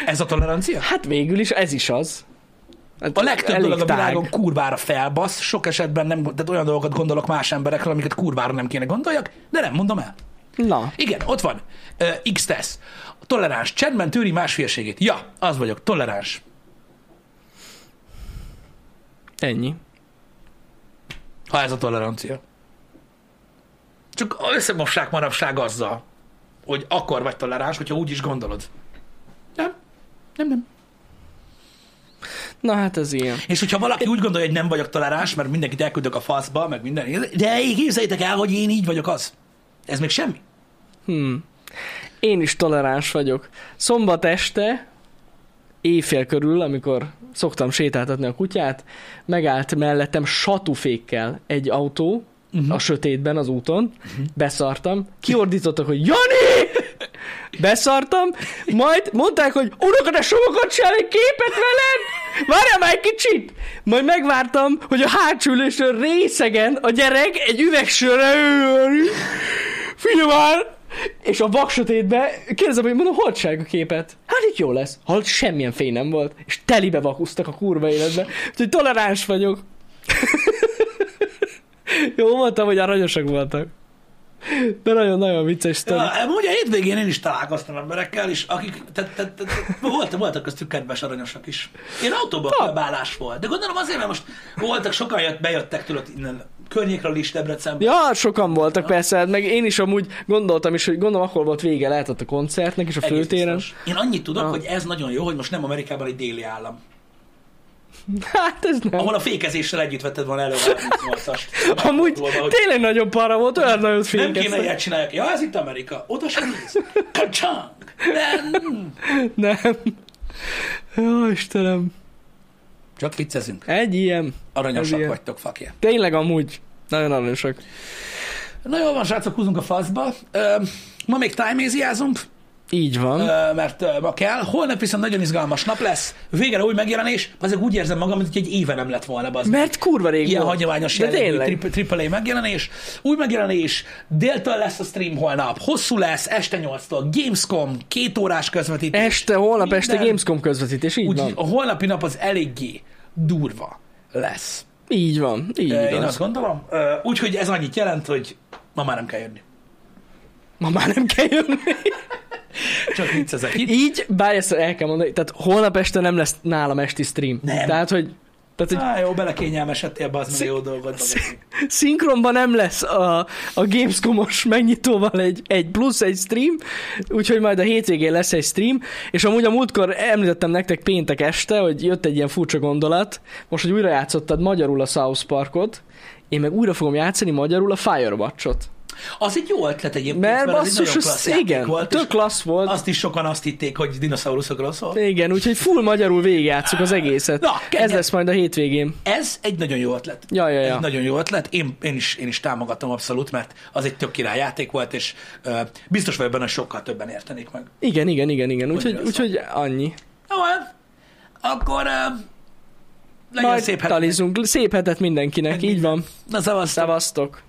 Ez a tolerancia? Hát végül is ez is az. Hát A legtöbb elég dolog a tág. világon kurvára felbasz, sok esetben nem, tehát olyan dolgokat gondolok más emberekről, amiket kurvára nem kéne gondoljak, de nem mondom el. Na, Igen, ott van. Uh, x tesz. Toleráns. Csendben tűri más hülyeségét. Ja, az vagyok. Toleráns. ennyi. Ha ez a tolerancia. Csak összemosság manapság azzal, hogy akkor vagy toleráns, hogyha úgy is gondolod. Nem. Nem, nem. Na hát ez ilyen. És hogyha valaki úgy gondolja, hogy nem vagyok toleráns, mert mindenkit elküldök a faszba, meg minden, de így képzeljétek el, hogy én így vagyok az. Ez még semmi. Hmm. Én is toleráns vagyok. Szombat este, éjfél körül, amikor szoktam sétáltatni a kutyát, megállt mellettem satufékkel egy autó, uh-huh. a sötétben az úton, uh-huh. beszartam, kiordítottak, hogy Jani! Beszartam, majd mondták, hogy unoka, de sokat csinál egy képet veled! Várjál már egy kicsit! Majd megvártam, hogy a hátsó ülésről részegen a gyerek egy üvegsörre ül. Figyelj már! És a vaksötétbe kérdezem, hogy mondom, hol csinálják a képet? Hát itt jó lesz. Hallott, semmilyen fény nem volt, és telibe vakusztak a kurva életbe. Úgyhogy toleráns vagyok. jó mondtam, hogy aranyosak voltak. De nagyon-nagyon vicces sztori. Ja, Ugye a hétvégén én is találkoztam emberekkel, és akik, tehát, tehát, tehát, voltak, voltak köztük kedves aranyosak is. Én autóban próbálás volt, de gondolom azért, mert most voltak, sokan jött, bejöttek tőled innen környékről is, Debrecenbe. Ja, sokan voltak persze, hát meg én is amúgy gondoltam is, hogy gondolom akkor volt vége lehetett a koncertnek és a Egész főtéren. biztos. Én annyit tudok, Ah. hogy ez nagyon jó, hogy most nem Amerikában egy déli állam. Hát ez nem. Ahol a fékezéssel együtt vetted volna elő a 38-ast. Amúgy Megfontolva, hogy tényleg nagyon para volt, olyan nagyon nem kéne fénykeztek. ilyet csinálják. Ja, ez itt Amerika. Oda sem néz. Kacsang! De, mm. Nem. Jó, Istenem. Csak viccezünk. Egy ilyen. Ez Aranyosak ilyen. vagytok, fakje. Tényleg amúgy. Nagyon aranyosak. Na jól van, srácok, húzunk a faszba. Ö, ma még tájméziázunk, Így van. ö, mert ö, ma kell. Holnap viszont nagyon izgalmas nap lesz. Végre új megjelenés. Azért úgy érzem magam, mint hogy egy éve nem lett volna. Bazd. Mert kurva rég Ilyen volt. hagyományos De jellegű tényleg. tri- AAA megjelenés. Új megjelenés, déltől lesz a stream holnap, hosszú lesz, este 8-tól, Gamescom, két órás közvetítés. Este, holnap este Minden. Gamescom közvetítés, így Úgyhogy van. a holnapi nap az eléggé durva lesz. Így van, így Ö, Én igaz. azt gondolom. Ö, Úgyhogy ez annyit jelent, hogy ma már nem kell jönni. Ma már nem kell jönni. Csak viccezek itt. Így, bár ezt el kell mondani, tehát holnap este nem lesz nálam esti stream. Nem. Tehát, hogy Tehát, hogy Á, jó, belekényelmesedtél be az Szé- meg jó dolgot. szé- szinkronban nem lesz a, a Gamescom-os megnyitóval egy, egy plusz, egy stream, úgyhogy majd a hétvégén lesz egy stream, és amúgy a múltkor említettem nektek péntek este, hogy jött egy ilyen furcsa gondolat, most, hogy újra játszottad magyarul a South Parkot, én meg újra fogom játszani magyarul a Firewatch-ot. Az egy jó ötlet egyébként, Mert az egy basszus, nagyon az, klassz játék igen, volt, tök és klassz volt. azt is sokan azt hitték, hogy dinoszauruszokról szól. Igen, úgyhogy full magyarul végigjátszuk az egészet. Na, Ez kegyed. lesz majd a hétvégén. Ez egy nagyon jó ötlet. Ja, ja, Ez ja. egy nagyon jó ötlet. Én, én, is, én is támogatom abszolút, mert az egy tök király játék volt, és ö, biztos vagyok benne, hogy sokkal többen értenék meg. Igen, igen, igen, igen. Úgyhogy, Magyarul úgyhogy annyi. Jó, hát, akkor ö, legyen Majd szép talizunk. Szép hetet mindenkinek, így van. Na, szevasztok. Szevasztok!